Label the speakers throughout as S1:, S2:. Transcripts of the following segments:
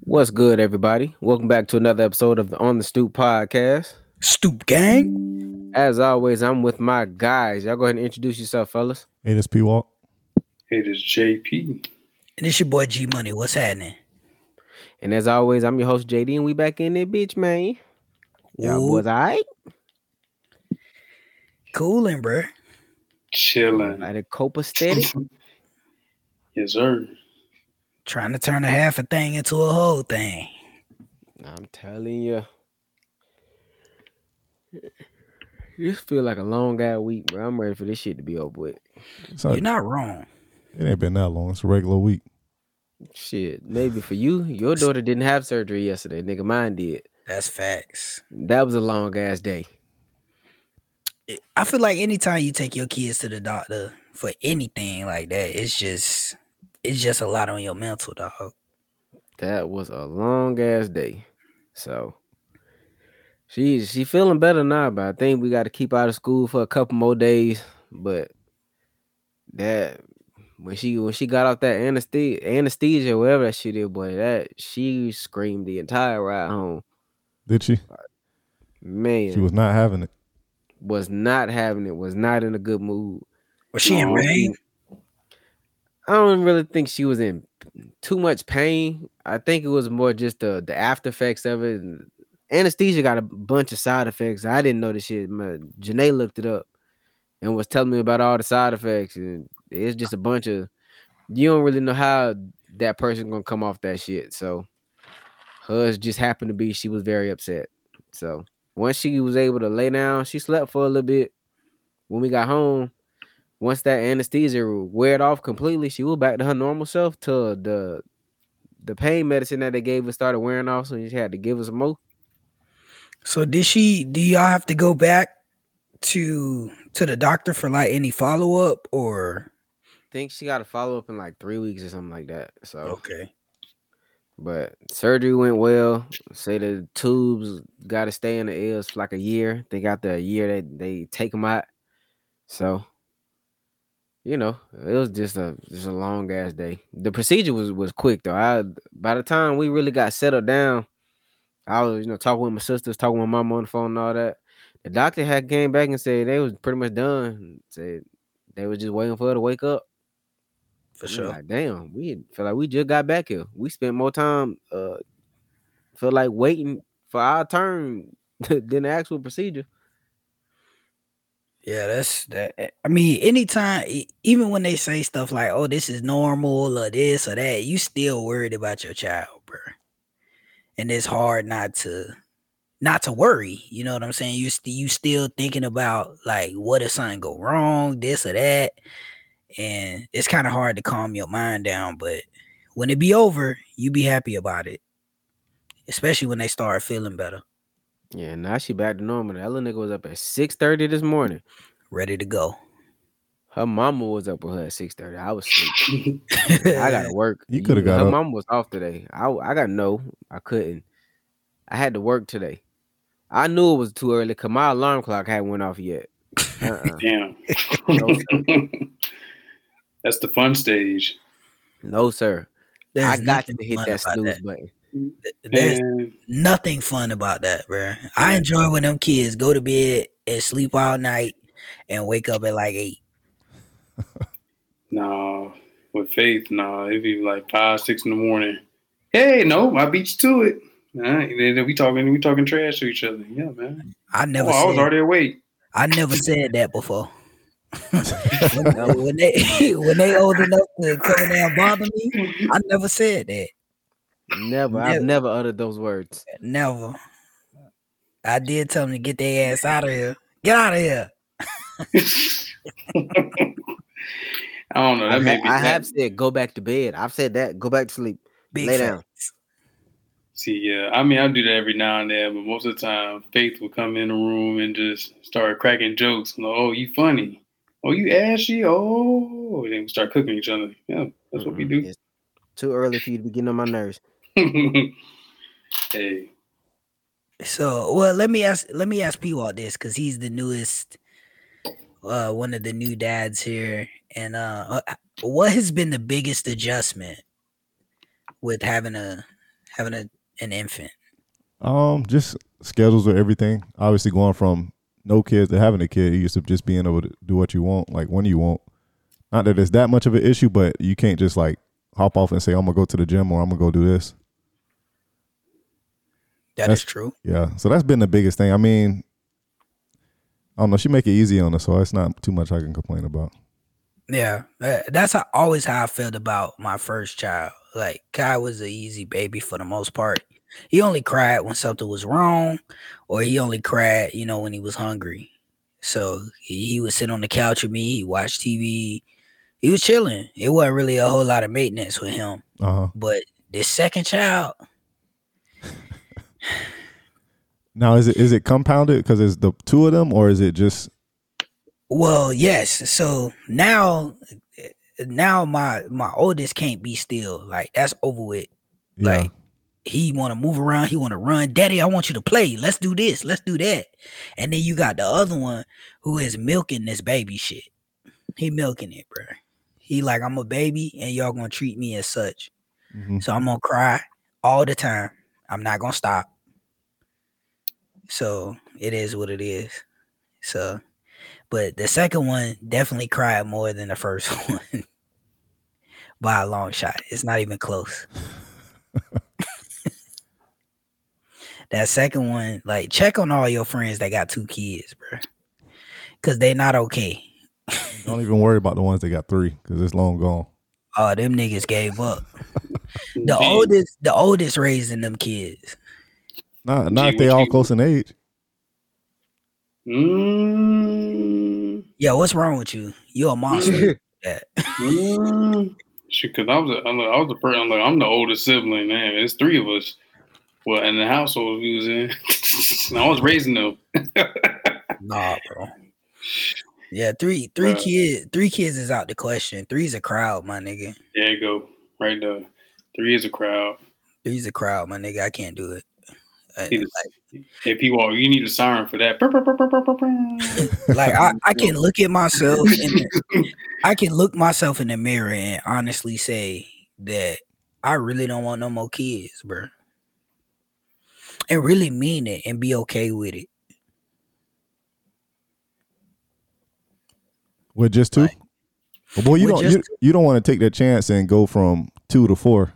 S1: What's good, everybody? Welcome back to another episode of the On the Stoop podcast.
S2: Stoop gang.
S1: As always, I'm with my guys. Y'all go ahead and introduce yourself, fellas.
S3: Hey, this P Walk.
S4: It is JP.
S2: And it's your boy G Money. What's happening?
S1: And as always, I'm your host, JD, and we back in there, bitch, man. Y'all
S2: Ooh.
S1: boys, all right?
S2: Coolin', bruh.
S4: Chilling.
S1: Like a copacetic.
S4: Yes, sir.
S2: Trying to turn a half a thing into a whole thing.
S1: I'm telling you. This feel like a long ass week, bro. I'm ready for this shit to be over with. Uh,
S3: So
S2: You're not wrong.
S3: it ain't been that long. It's a regular week.
S1: Shit, maybe for you, your daughter didn't have surgery yesterday, nigga. Mine did.
S2: That's facts.
S1: That was a long ass day.
S2: It- I feel like anytime you take your kids to the doctor for anything like that, it's just it's just a lot on your mental, dog.
S1: That was a long ass day. So she she feeling better now, but I think we got to keep out of school for a couple more days. But that when she when she got off that anesthesia anesthesia whatever that shit is, boy, that she screamed the entire ride home.
S3: Did she?
S1: Man,
S3: She was not having it.
S1: was not having it. Was not in a good mood.
S2: Was she in
S4: Aw.
S2: pain?
S1: I don't really think she was in too much pain. I think it was more just the the after effects of it. and Anesthesia got a bunch of side effects. I didn't know this shit. My Janae looked it up and was telling me about all the side effects, and it's just a bunch of. You don't really know how that person gonna come off that shit. So, hers just happened to be she was very upset. So once she was able to lay down, she slept for a little bit. When we got home, once that anesthesia weared off completely, she was back to her normal self till the the pain medicine that they gave us started wearing off, so she had to give us some more.
S2: So did she do y'all have to go back to to the doctor for like any follow up or
S1: think she got a follow up in like three weeks or something like that. So,
S2: Oh, okay.
S1: but surgery went well. Say the tubes got to stay in the ears for like a year. They got the year that they take them out. So, you know, it was just a just a long ass day. The procedure was was quick though. I by the time we really got settled down, I was you know talking with my sisters, talking with my mom on the phone and all that. The doctor had came back and said they was pretty much done. Said they was just waiting for her to wake up.
S2: For
S1: We
S2: sure.
S1: Like, damn, we had- feel like we just got back here. We spent more time, uh, feel like waiting for our turn than the actual procedure.
S2: Yeah, that's that. eh, I mean, anytime, e- even when they say stuff like, "Oh, this is normal" or this or that, you still worried about your child, bro. And it's hard not to, not to worry. You know what I'm saying? You st- you still thinking about like, what if something go wrong, this or that, and it's kind of hard to calm your mind down. But when it be over, you be happy about it, especially when they start feeling better,
S1: Yeah, now she back to normal. That little nigga was up at six thirty this morning.
S2: ready to go.
S1: Her mama was up with her at six thirty. I was sleeping. I gotta work.
S3: You coulda got
S1: Her
S3: up.
S1: mama was off today. I w- I got no. I couldn't. I had to work today. I knew it was too early because my alarm clock hadn't went off yet. Uh-uh.
S4: Damn.
S1: no,
S4: That's the fun stage.
S1: no, sir. I
S2: There's
S1: got to
S2: nothing
S1: hit
S2: fun
S1: that
S2: about
S1: snooze button.
S2: There's
S4: Man,
S2: nothing fun about that, bruh. I enjoy when them kids go to bed and sleep all night and wake up at like eight.
S4: no. With faith, no. It'd be like five, six in the morning. Hey, no, I beat you to it. All right, then then we talking, we talking trash to each other. Yeah, man.
S2: I
S4: Oh,
S2: never
S4: I was
S2: said
S4: already awake.
S2: I never said that before. when, when they when they old enough to come in there and bother me, I never said that.
S1: Never. I've
S2: Never.
S1: never uttered those words.
S2: Never. I did tell them to get their ass out of here. Get out of here.
S4: I don't know. That
S1: I,
S4: may
S1: ha-
S4: be
S1: I
S4: that-
S1: have said go back to bed. I've said that. Go back to sleep.
S2: Big
S1: Lay
S2: facts.
S1: down.
S4: See, yeah, I mean, I do that every now and then, but most of the time, Faith will come in the room and just start cracking jokes. Like, oh, you funny. Oh, you ashy. Oh, and then we start cooking each other. Yeah, that's what we
S1: Mm-mm.
S4: do.
S1: It's too early for you to be getting on my nerves.
S4: hey,
S2: So, well, let me ask let me ask P Walt this because he's the newest, uh, one of the new dads here. And uh, uh, what has been the biggest adjustment with having a having a, an infant?
S3: Um, just schedules with everything. Obviously, going from no kids to having a kid, you used to just being able to do what you want, like when you want. Not that it's that much of an issue, but you can't just like hop off and say, "I'm gonna go to the gym" or "I'm gonna go do this."
S2: that's, true.
S3: Yeah, so that's been the biggest thing. I mean, I don't know. She make it easy on us, so it's not too much I can complain about.
S2: Yeah, that, that's how, always how I felt about my first child. Like Kai was an easy baby for the most part. He only cried when something was wrong, or he only cried, you know, when he was hungry. So he, he would sit on the couch with me. He watched TV. He was chilling. It wasn't really a whole lot of maintenance with him.
S3: Uh-huh.
S2: But this second child,
S3: Now is it is it compounded because it's the two of them or is it just
S2: well yes so now eh, now my my oldest can't be still like that's over with
S3: Yeah.
S2: like he want to move around he want to run daddy I want you to play let's do this let's do that and then you got the other one who is milking this baby shit he milking it bro he like I'm a baby and y'all gonna treat me as such
S3: Mhm.
S2: so I'm gonna cry all the time. I'm not gonna stop. So it is what it is. So, but the second one definitely cried more than the first one by a long shot. It's not even close. that second one, like, check on all your friends that got two kids, bro, because they not okay.
S3: don't even worry about the ones that got three because it's long gone.
S2: Oh, them niggas gave up. The oldest, the oldest raising them kids.
S3: Not not
S4: Gee,
S3: if they
S4: what
S3: all
S4: you-
S3: close in age.
S4: Mm,
S2: Yo, what's wrong with you? You a monster. Yeah.
S4: mm. Shoot, cause I was, a, I'm the- I was the first. I'm, the, I'm the oldest sibling, man. It's three of us. Well, in the household we was in, and I was raising them.
S2: nah, bro. Yeah, three three
S4: Bruh.
S2: kids three kids is out the question. Three's a crowd, my nigga.
S4: There you go, right there. Three is a crowd.
S2: Three's a crowd, my nigga. I can't do it. Uh,
S4: He was- If he walk, you need a siren for that. Brr, brr, brr, brr, brr, brr, brr.
S2: Like, like I, I can look at myself in the- I can look myself in the mirror and honestly say that I really don't want no more kids, bro. And really mean it and be okay with it.
S3: With just two?
S2: Right.
S3: But boy, you
S2: With
S3: don't
S2: just
S3: you, you don't want to take that chance and go from two to four.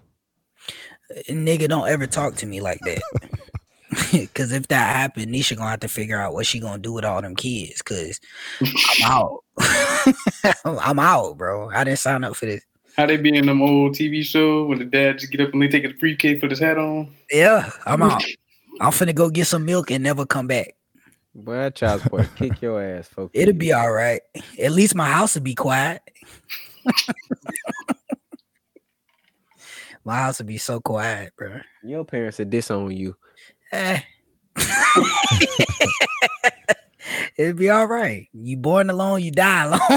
S2: nigga, don't ever talk to me like that. Cause if that happened, Nisha gonna have to figure out what she gonna do with all them kids. Cause I'm out. I'm out, bro. I didn't sign up for this.
S4: How they be in them old TV show when the dad just get up and they take a briefcase, put his hat on.
S2: Yeah, I'm out. I'm finna go get some milk and never come back.
S1: Boy, that child support kick your ass, folks.
S2: It'll be all right. At least my house will be quiet. my house will be so quiet, bro.
S1: your parents did this on you.
S2: Eh. It'll be all right. You born alone, you die alone.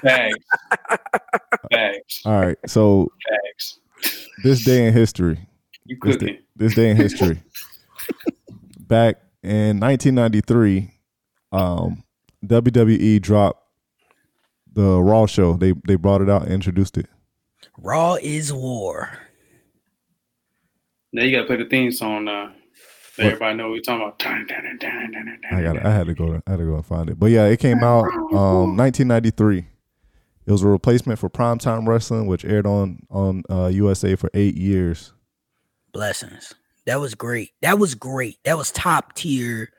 S4: Facts. Facts.
S3: All right. So
S4: Facts.
S3: this day in history.
S4: You
S3: This
S4: cooking.
S3: day, this day in history. back in nineteen ninety three, um, WWE dropped the Raw show. They they brought it out and introduced it.
S2: Raw is war.
S4: Now you gotta play the theme song now. So
S3: What?
S4: everybody know what you're talking about. Dun, dun, dun, dun, dun, dun,
S3: I
S4: dun,
S3: got
S4: dun.
S3: I had to go to, I had to go and find it. But yeah, it came out um 1993. It was a replacement for Primetime Wrestling which aired on on uh, USA for 8 years.
S2: Blessings. That was great. That was great. That was top tier.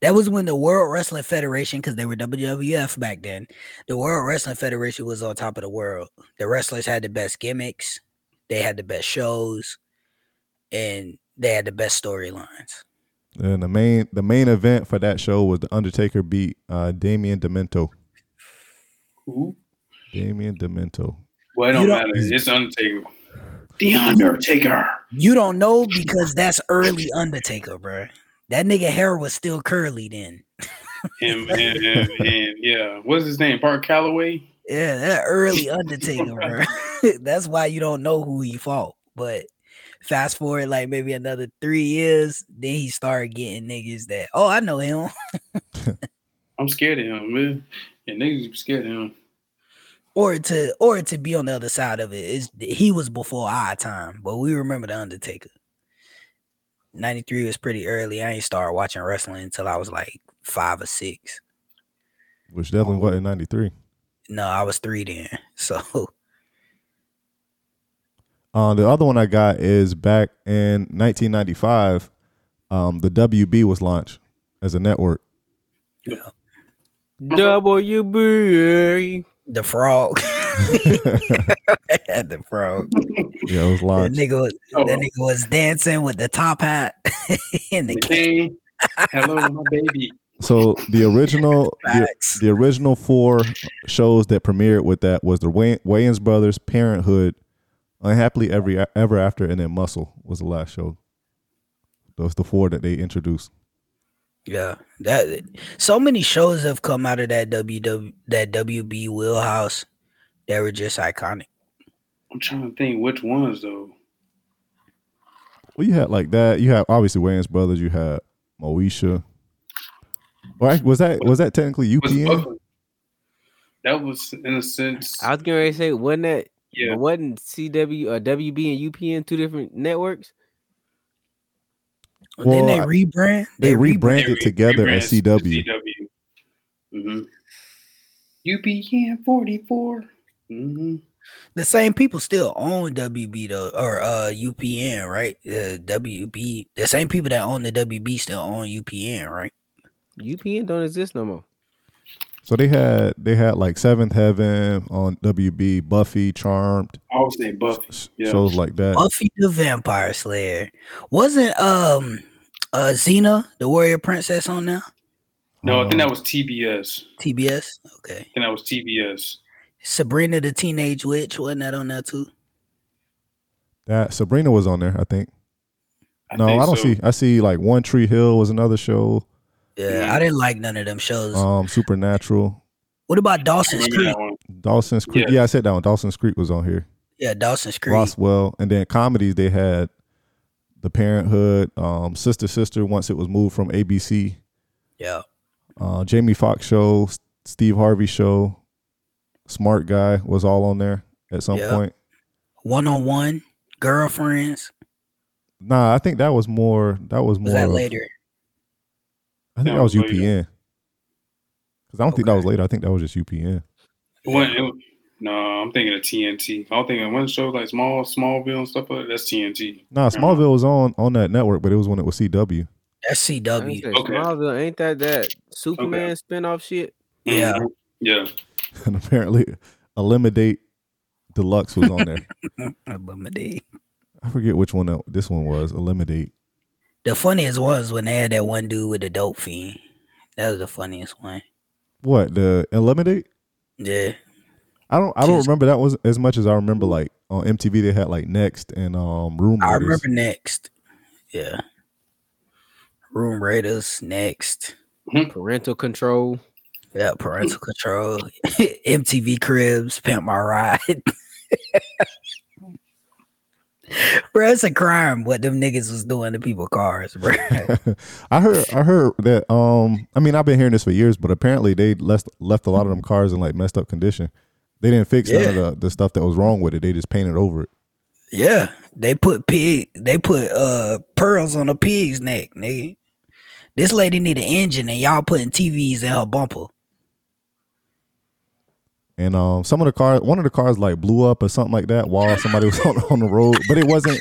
S2: That was when the World Wrestling Federation, because they were WWF back then, the World Wrestling Federation was on top of the world. The wrestlers had the best gimmicks, they had the best shows, and they had the best storylines.
S3: And the main the main event for that show was The Undertaker beat uh Damian Demento.
S4: Who?
S3: Damian Demento.
S4: Well, it
S2: You
S4: don't
S2: don't-
S4: matter. It's Undertaker. The Undertaker.
S2: You don't know because that's early Undertaker, bruh. That nigga hair was still curly then.
S4: And, and, and, and yeah, what's his name? Bart Calloway.
S2: Yeah, that early Undertaker, bro. That's why you don't know who he fought. But fast forward like maybe another three years, then he started getting niggas that, oh, I know him.
S4: I'm scared of him, man. And niggas be scared of him.
S2: or to or to be on the other side of it is he was before our time, but we remember the Undertaker. Ninety three was pretty early. I ain't started watching wrestling until I was like five or six.
S3: Which definitely wasn't ninety three.
S2: No, I was three then. So
S3: Uh, the other one I got is back in 1995. Um, the WB was launched as a network.
S1: WB.
S2: the frog, the frog.
S3: Yeah, it was
S2: That
S3: launched.
S2: nigga, was,
S4: Oh.
S2: that nigga was dancing with the top hat and the
S4: The
S2: cane.
S4: cane. Hello, my baby.
S3: So the original, the,
S2: Facts.
S3: the original four shows that premiered with that was the Way- Wayans Brothers, Parenthood, Unhappily Every Ever After, and then Muscle was the last show. Those the four that they introduced.
S2: Yeah, that so many shows have come out of that WW that WB wheelhouse that were just iconic.
S4: I'm trying to think which ones though.
S3: Well, you had like that. You had obviously Wayans Brothers. You had Moesha. Well, was that was that technically
S4: Was
S3: UPN?
S4: Buffalo- That was in a sense.
S1: I was getting ready to say, wasn't that
S4: yeah,
S1: wasn't CW or WB and UPN two different networks?
S2: And then they
S3: Well, I-
S2: rebrand.
S3: They
S4: they
S3: rebranded
S4: re-
S3: together
S4: rebranded
S3: as CW.
S4: CW. Mm-hmm. UPN 44. Mm-hmm.
S2: The same people still own WB though, or uh UPN, right? Uh, WB. The same people that own the WB still own UPN, right?
S1: UPN don't exist no more.
S3: So they had they had like Seventh Heaven on WB, Buffy, Charmed,
S4: I would say Buffy.
S3: s-
S4: Yeah.
S3: shows like that.
S2: Buffy the Vampire Slayer wasn't um uh Xena the Warrior Princess on now
S4: No, I think that
S3: Um,
S4: was TBS.
S2: TBS. Okay,
S4: I think that was TBS.
S2: Sabrina the Teenage Witch wasn't that on there too?
S3: that Sabrina was on there, I think.
S4: I
S3: no,
S4: think
S3: I don't
S4: so.
S3: see. I see like One Tree Hill was another show.
S2: Yeah, I didn't like none of them shows.
S3: Um, Supernatural,
S2: What about
S4: I
S2: Dawson's
S4: remember
S2: Creek?
S4: that one.
S3: Dawson's Creek.
S4: Yeah.
S3: Yeah, I said that one. Dawson's Creek was on here.
S2: Yeah, Dawson's Creek.
S3: Roswell, and then comedies they had The Parenthood, um, Sister Sister. Once it was moved from ABC,
S2: Yeah,
S3: uh, Jamie Foxx show, S- Steve Harvey show, Smart Guy was all on there at some
S2: Yeah.
S3: point.
S2: one on one, girlfriends.
S3: Nah, I think that was more. That was more.
S2: Was that
S3: of-
S2: later?
S3: I think
S4: That
S3: that was
S4: was later.
S3: UPN. Because I don't think that
S2: Okay.
S3: was later. I think that was just UPN.
S4: It wasn't- it was- no, I'm thinking of TNT. I don't think it one show like Small Smallville and stuff like that. That's TNT.
S3: Nah,
S4: Yeah.
S3: Smallville was on on that network, but it was when it was CW.
S2: That's
S1: I ain't
S2: CW.
S1: say
S4: Okay.
S1: Smallville, ain't that that Superman spinoff shit?
S2: Yeah.
S4: Mhm. Yeah.
S3: And apparently, Eliminate Deluxe was on there.
S2: Mm, Abominate.
S3: I forget which one that- this one was. Eliminate.
S2: The funniest was when they had that one dude with the dope fiend. That was the funniest one.
S3: What the eliminate?
S2: Yeah,
S3: I don't. I don't
S2: Just-
S3: remember that was as much as I remember. Like on MTV, they had like Next and um Room
S2: I
S3: Raiders.
S2: remember next. Yeah, Room Raiders next.
S1: Parental control.
S2: Yeah, parental control. MTV Cribs, Pimp My Ride. bro, it's a crime what them niggas was doing to people cars, bro.
S3: I heard. I heard that. Um, I mean, I've been hearing this for years, but apparently they left left a lot of them cars in like messed up condition. They didn't fix none of the, the stuff that was wrong with it. They just painted over it.
S2: Yeah, they put pig. They put uh pearls on a pig's neck, nigga. This lady need an engine, and y'all putting TVs in her bumper.
S3: And um, some of the cars, one of the cars like blew up or something like that while somebody was on, on the road. But it wasn't.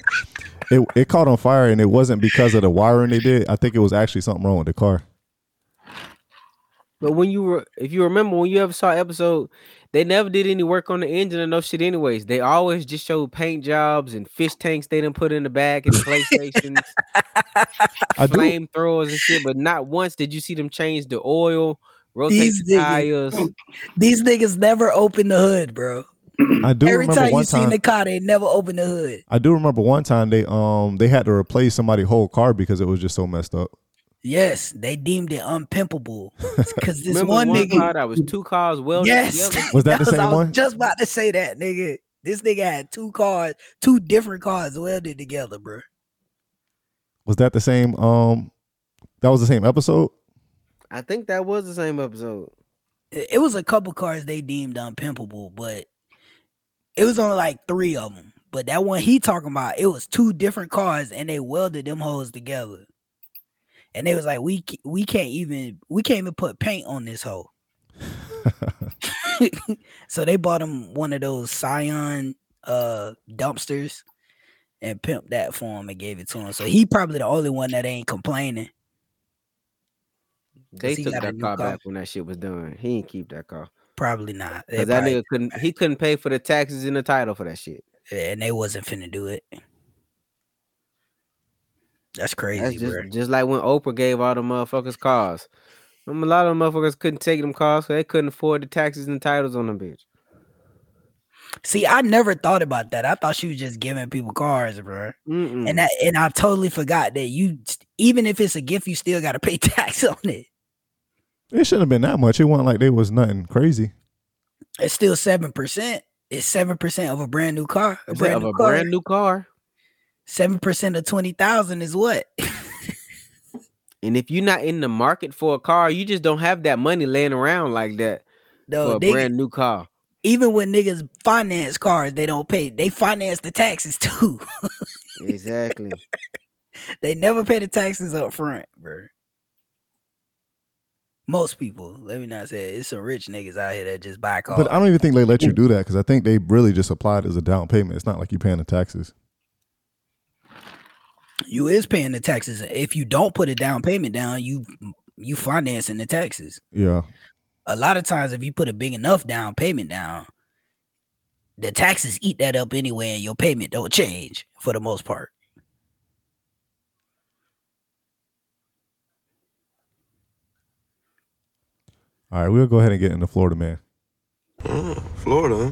S3: It it caught on fire, and it wasn't because of the wiring they did. I think it was actually something wrong with the car.
S1: But when you were, if you remember, when you ever saw episode, they never did any work on the engine or no shit. Anyways, they always just showed paint jobs and fish tanks they didn't put in the back and PlayStations,
S3: I do.
S1: flamethrowers and shit. But not once did you see them change the oil, rotate
S2: These
S1: the
S2: niggas.
S1: tires.
S2: These niggas never open the hood, bro.
S3: I do
S2: Every
S3: remember
S2: time
S3: one
S2: you seen
S3: time.
S2: the car, they never open the hood.
S3: I do remember one time they um they had to replace somebody's whole car because it was just so messed up.
S2: Yes, they deemed it unpimpable because this
S1: Remember
S2: one, nigga.
S1: car that was two cars welded
S2: Yes,
S1: together.
S3: Was
S2: I
S3: that the
S2: was- I
S3: same
S2: was
S3: one?
S2: Just about to say that, nigga. This nigga had two cars, two different cars welded together, bro.
S3: Was that the same um that was the same episode?
S1: I think that was the same episode.
S2: it was a couple cars they deemed unpimpable, but it was only like three of them. But that one he talking about, it was two different cars, and they welded them hoes together. And they was like, we c- we can't even we can't even put paint on this hoe. so they bought him one of those Scion uh dumpsters and pimped that for him and gave it to him. So he probably the only one that ain't complaining.
S1: They
S2: he
S1: took
S2: got a
S1: that
S2: new
S1: car,
S2: car.
S1: back when that shit was done. He didn't keep that car
S2: Probably not. They
S1: because that
S2: probably-
S1: nigga couldn't. He couldn't pay for the taxes in the title for that shit.
S2: and they wasn't finna do it. That's crazy,
S1: That's just
S2: bro.
S1: just like when Oprah gave all the motherfuckers cars. Um, a lot of them motherfuckers couldn't take them cars, so they couldn't afford the taxes and titles on them bitch.
S2: See, I never thought about that. I thought she was just giving people cars, bro.
S1: Mm-mm.
S2: And that, and I totally forgot that you, even if it's a gift, you still gotta pay tax on it.
S3: It shouldn't have been that much. It wasn't like they was nothing crazy.
S2: It's still seven percent. It's seven percent of a brand new car. A
S1: Instead
S2: brand
S1: of
S2: new
S1: a
S2: car.
S1: brand new car.
S2: Seven percent of twenty thousand is what?
S1: And if you're not in the market for a car, you just don't have that money laying around like that for
S2: No,
S1: a
S2: they,
S1: brand new car.
S2: even when niggas finance cars, they don't pay. They finance the taxes too.
S1: Exactly.
S2: They never pay the taxes up front, bro. Most people, let me not say it, it's some rich niggas out here that just buy cars.
S3: But I don't even think they let you do that because I think they really just applied as a down payment. It's not like you paying the taxes.
S2: you is paying the taxes. If you don't put a down payment down, you you financing the taxes.
S3: Yeah.
S2: A lot of times, if you put a big enough down payment down, the taxes eat that up anyway, and your payment don't change for the most part.
S3: All right, we'll go ahead and get into Florida Man.
S5: Mm, Florida, huh?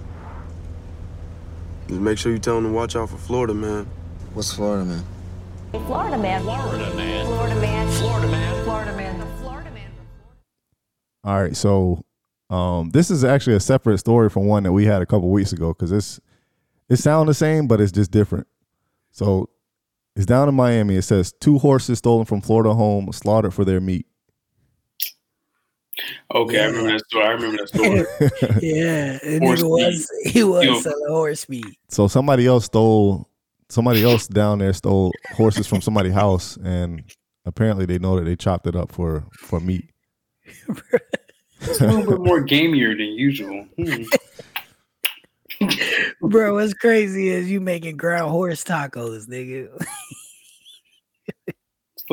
S5: Just make sure you tell them to watch out for Florida, man.
S6: What's Florida, man?
S7: Florida man. Florida man. Florida man. Florida man. Florida man. Florida man.
S3: All right, so um, this is actually a separate story from one that we had a couple weeks ago because it's it sounds the same, but it's just different. So it's down in Miami. It says two horses stolen from Florida home slaughtered for their meat.
S4: Okay, I remember that story. I remember that story.
S2: yeah, and
S4: Horse
S2: nigga was he
S4: Yo.
S2: was selling horse meat.
S3: So somebody else stole somebody else down there stole horses from somebody's house, and apparently they know that they chopped it up for for meat.
S4: It's a little bit more gamier than usual. Hmm.
S2: Bro, what's crazy is you making ground horse tacos, nigga.
S4: It's a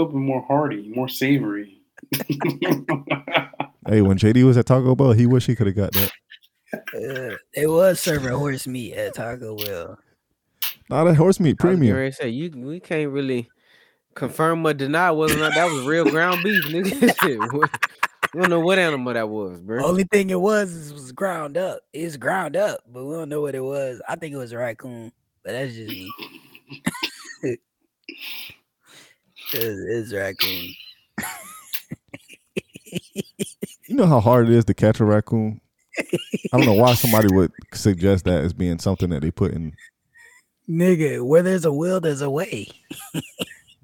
S4: little bit more hearty, more savory.
S3: Hey, when JD was at Taco Bell, he wish he could have got that.
S2: Uh, they was serving horse meat at Taco Bell.
S3: Not that horse meat premium.
S1: Already say you we can't really confirm or deny whether or not that was real ground beef, nigga. Shit, what- we don't know what animal that was, bro.
S2: Only thing it was is was ground up. It's ground up, but we don't know what it was. I think it was a raccoon, but that's just me. it's, it's a raccoon.
S3: You know how hard it is to catch a raccoon? I don't know why somebody would suggest that as being something that they put in.
S2: Nigga, where there's a will, there's a way.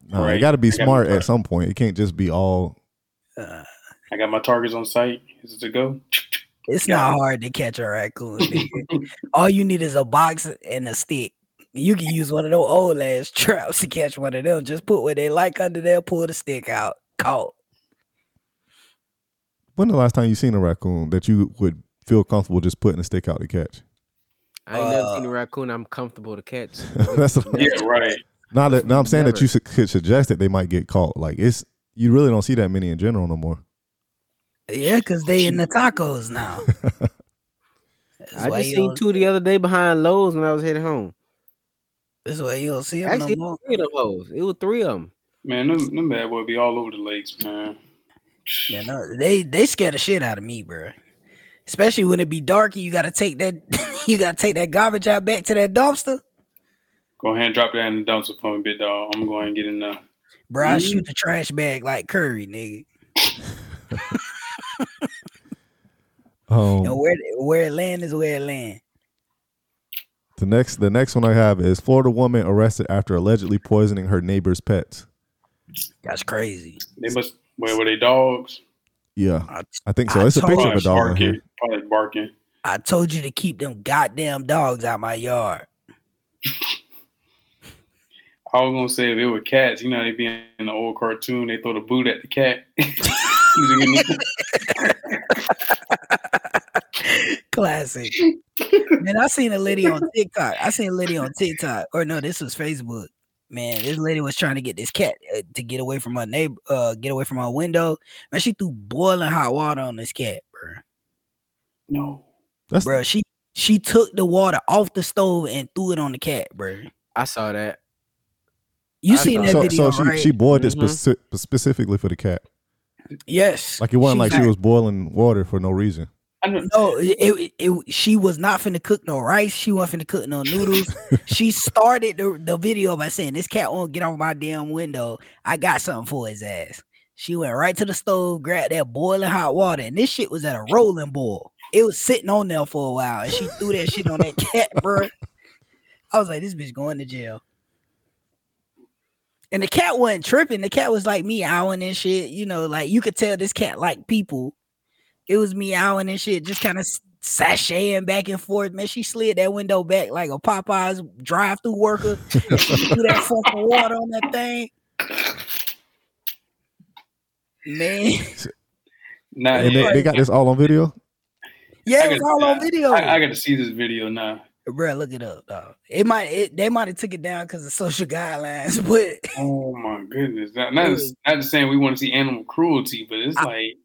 S3: No,
S4: Right.
S3: It got to be
S4: I gotta be
S3: smart at
S4: smart.
S3: some point. It can't just be all.
S2: Uh,
S4: I got my targets on site. Is it to go?
S2: it's
S4: Yeah.
S2: not hard to catch a raccoon. Nigga. All you need is a box and a stick. You can use one of those old ass traps to catch one of them. Just put what they like under there, pull the stick out, caught.
S3: When the last time you seen a raccoon that you would feel comfortable just putting a stick out to catch?
S1: I ain't never seen a
S2: Uh,
S1: raccoon I'm comfortable to catch.
S3: That's a,
S4: Yeah, right.
S3: now that now I'm saying that
S1: Never.
S3: you su- could suggest that they might get caught. Like it's you really don't see that many in general no more.
S2: Yeah, because they in the tacos now. That's
S1: I
S2: why
S1: just
S2: you
S1: seen
S2: don't-
S1: two the other day behind Lowe's when I was heading home.
S2: That's why you don't see them
S1: Actually,
S2: no
S1: it was
S2: more.
S1: three of them hoes. It was three of them.
S4: Man, them, them bad boy be all over the lakes, man.
S2: Yeah, no, they they scare the shit out of me, bro. Especially when it be dark and you gotta take that you gotta take that garbage out back to that dumpster.
S4: Go ahead and drop that in the dumpster for me, big dog. I'm going to get in there.
S2: Bro,
S1: Mm-hmm.
S2: I shoot the trash bag like curry, nigga. And
S3: Um,
S2: where where it land is where it land.
S3: the next the next one I have is Florida woman arrested after allegedly poisoning her neighbor's pets.
S2: That's crazy.
S4: They must, where were they dogs?
S3: Yeah,
S2: I,
S3: I think so.
S2: I
S3: it's a
S2: told-
S3: picture of
S4: Probably
S3: a dog in
S4: barking.
S3: here.
S4: Probably barking.
S2: I told you to keep them goddamn dogs out my yard.
S4: I was gonna say if it were cats, you know, they be in the old cartoon, they throw the boot at the cat.
S2: Classic. Man, I seen a lady on TikTok. I seen a lady on TikTok, or no, this was Facebook. Man, this lady was trying to get this cat uh, to get away from her neighbor, uh, get away from her window. Man, she threw boiling hot water on this cat, bro.
S4: no.
S3: That's
S2: Bro, she she took the water off the stove and threw it on the cat, bro.
S1: I saw that.
S2: You
S1: I
S2: seen
S1: saw-
S2: that
S3: so.
S2: video,
S3: So she
S2: right?
S3: she boiled it
S1: Mhm.
S3: speci- specifically for the cat.
S2: yes,
S3: Like it wasn't like
S2: was.
S3: she was boiling water for no reason.
S4: I know
S2: No, it, it, it- she was not finna cook no rice. She wasn't finna cook no noodles. she started the, the video by saying, This cat won't get off my damn window. I got something for his ass. She went right to the stove, grabbed that boiling hot water, and this shit was at a rolling boil. It was sitting on there for a while, and she threw that shit on that cat, bro. I was like, This bitch going to jail. And the cat wasn't tripping. The cat was like meowing and shit. You know, like you could tell this cat like people. It was meowing and shit, just kind of sashaying back and forth. Man, she slid that window back like a Popeyes drive-through worker. and she threw that fucking water on that thing. Man,
S4: not
S3: And they, they got this all on video.
S2: yeah,
S4: I
S2: it was all
S4: gotta-
S2: on video.
S4: I, I gotta see this video now.
S2: Bruh, look it up, dog. It might it, they might have took it down because of social guidelines, but
S4: Oh my goodness. Not, not,
S2: Dude.
S4: just, not just saying we want to see animal cruelty, but it's
S2: I-
S4: like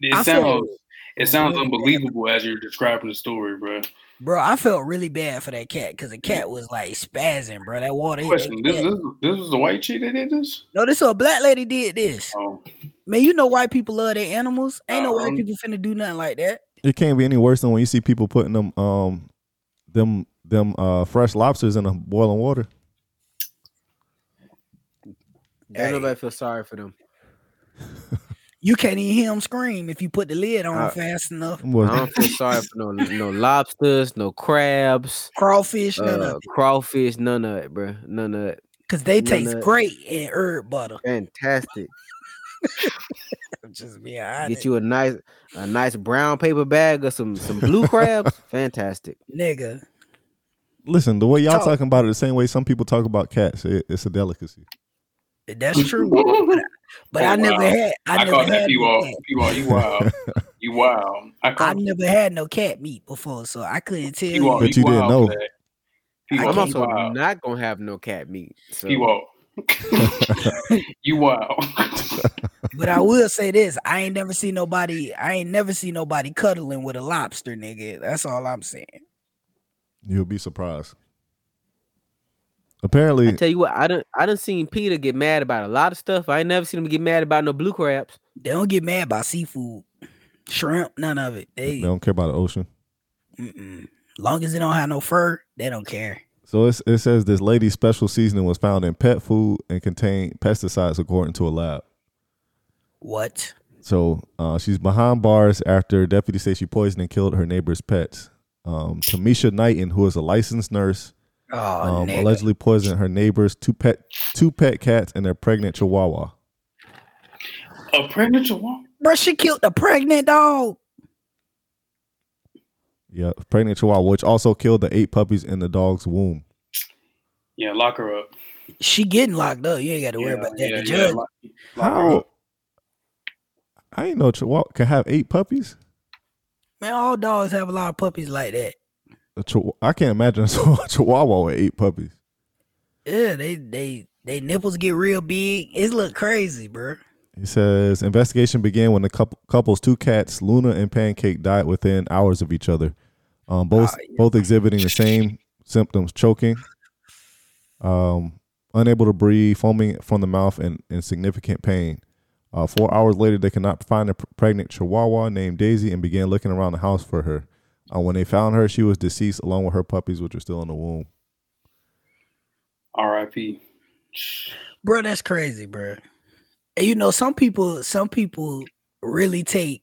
S4: it
S2: I felt-
S4: sounds it sounds
S2: really bad.
S4: unbelievable as you're describing the story, bro.
S2: Bro, I felt really bad for that cat because the cat was like spazzing, bro. That water. hit that
S4: Question: This
S2: cat.
S4: this, this was a white chick that did this?
S2: No, this a black lady did this.
S4: Oh,
S2: Man, you know white people love their animals. Ain't no white
S4: Um,
S2: people finna do nothing like that.
S3: It can't be any worse than when you see people putting them um them them uh fresh lobsters in the boiling water.
S1: Don't
S2: Hey.
S1: nobody feel sorry for them.
S2: You can't even hear them scream if you put the lid on
S1: Uh,
S2: fast enough.
S3: Them boys-
S1: I don't feel sorry for no no lobsters, no crabs,
S2: Crawfish, no,
S1: uh,
S2: no,
S1: crawfish, none of it, bro. None of it.
S2: because they
S1: no,
S2: taste
S1: no.
S2: great in herb butter.
S1: Fantastic.
S2: I'm just being honest,
S1: Get you a nice a nice brown paper bag of some some blue crabs. Fantastic.
S2: nigga.
S3: Listen, the way y'all
S2: Talk.
S3: talking about it, the same way some people talk about cats, it, it's a delicacy.
S2: That's true, but, I- but
S4: Oh,
S2: I never
S4: wow.
S2: had. I,
S4: I,
S2: never
S4: call that
S2: had
S4: p
S2: no
S4: wall.
S2: cat.
S4: P wall, you wild. You wild. I
S2: I
S4: call
S2: never had no cat meat before, so I couldn't tell
S4: P
S2: you.
S4: wall.
S3: But you didn't know.
S4: P
S1: I'm
S4: wall, you
S1: also
S4: wild.
S1: not gonna have no cat meat. So
S4: P wall. You wild.
S2: But I will say this: I ain't never seen nobody. I ain't never seen nobody cuddling with a lobster, nigga. That's all I'm saying.
S3: You'll be surprised.
S1: I
S3: Apparently,
S1: tell you what, I don't I done seen Peter get mad about a lot of stuff. I ain't never seen him get mad about no blue crabs.
S2: They don't get mad about seafood, shrimp, none of it.
S3: they
S2: They,
S3: don't care about the ocean.
S2: mm-mm. long as they don't have no fur, they don't care.
S3: So it's, it says this lady's special seasoning was found in pet food and contained pesticides, according to a lab.
S2: What?
S3: So uh, she's behind bars after deputies say she poisoned and killed her neighbor's pets. Um, Tamisha Knighton, who is a licensed nurse,
S2: Oh,
S3: um,
S2: nigga.
S3: allegedly poisoned her neighbor's two pet two pet cats and their pregnant chihuahua.
S4: A pregnant chihuahua?
S2: bro, she killed the pregnant dog.
S3: Yeah, pregnant chihuahua, which also killed the eight puppies in the dog's womb.
S4: Yeah, lock her up.
S2: She getting locked up. You ain't got to worry
S4: Yeah,
S2: about that.
S4: yeah,
S2: the
S4: yeah,
S2: judge,
S4: lock- lock her
S3: How?
S4: up.
S3: I ain't know chihuahua can have eight puppies.
S2: man, all dogs have a lot of puppies like that.
S3: A chihu- I can't imagine a chihuahua with eight puppies.
S2: Yeah, they they they nipples get real big. It look crazy, bro.
S3: He says investigation began when the couple, couple's two cats, Luna and Pancake, died within hours of each other. Um, both
S2: Ah, yeah.
S3: both exhibiting the same symptoms: choking, um, unable to breathe, foaming from the mouth, and, and significant pain. Uh, four hours later, they could not find a pr- pregnant Chihuahua named Daisy and began looking around the house for her. Uh, when they found her, she was deceased along with her puppies, which were still in the womb.
S4: R.I.P.
S2: bro that's crazy bro and you know some people some people really take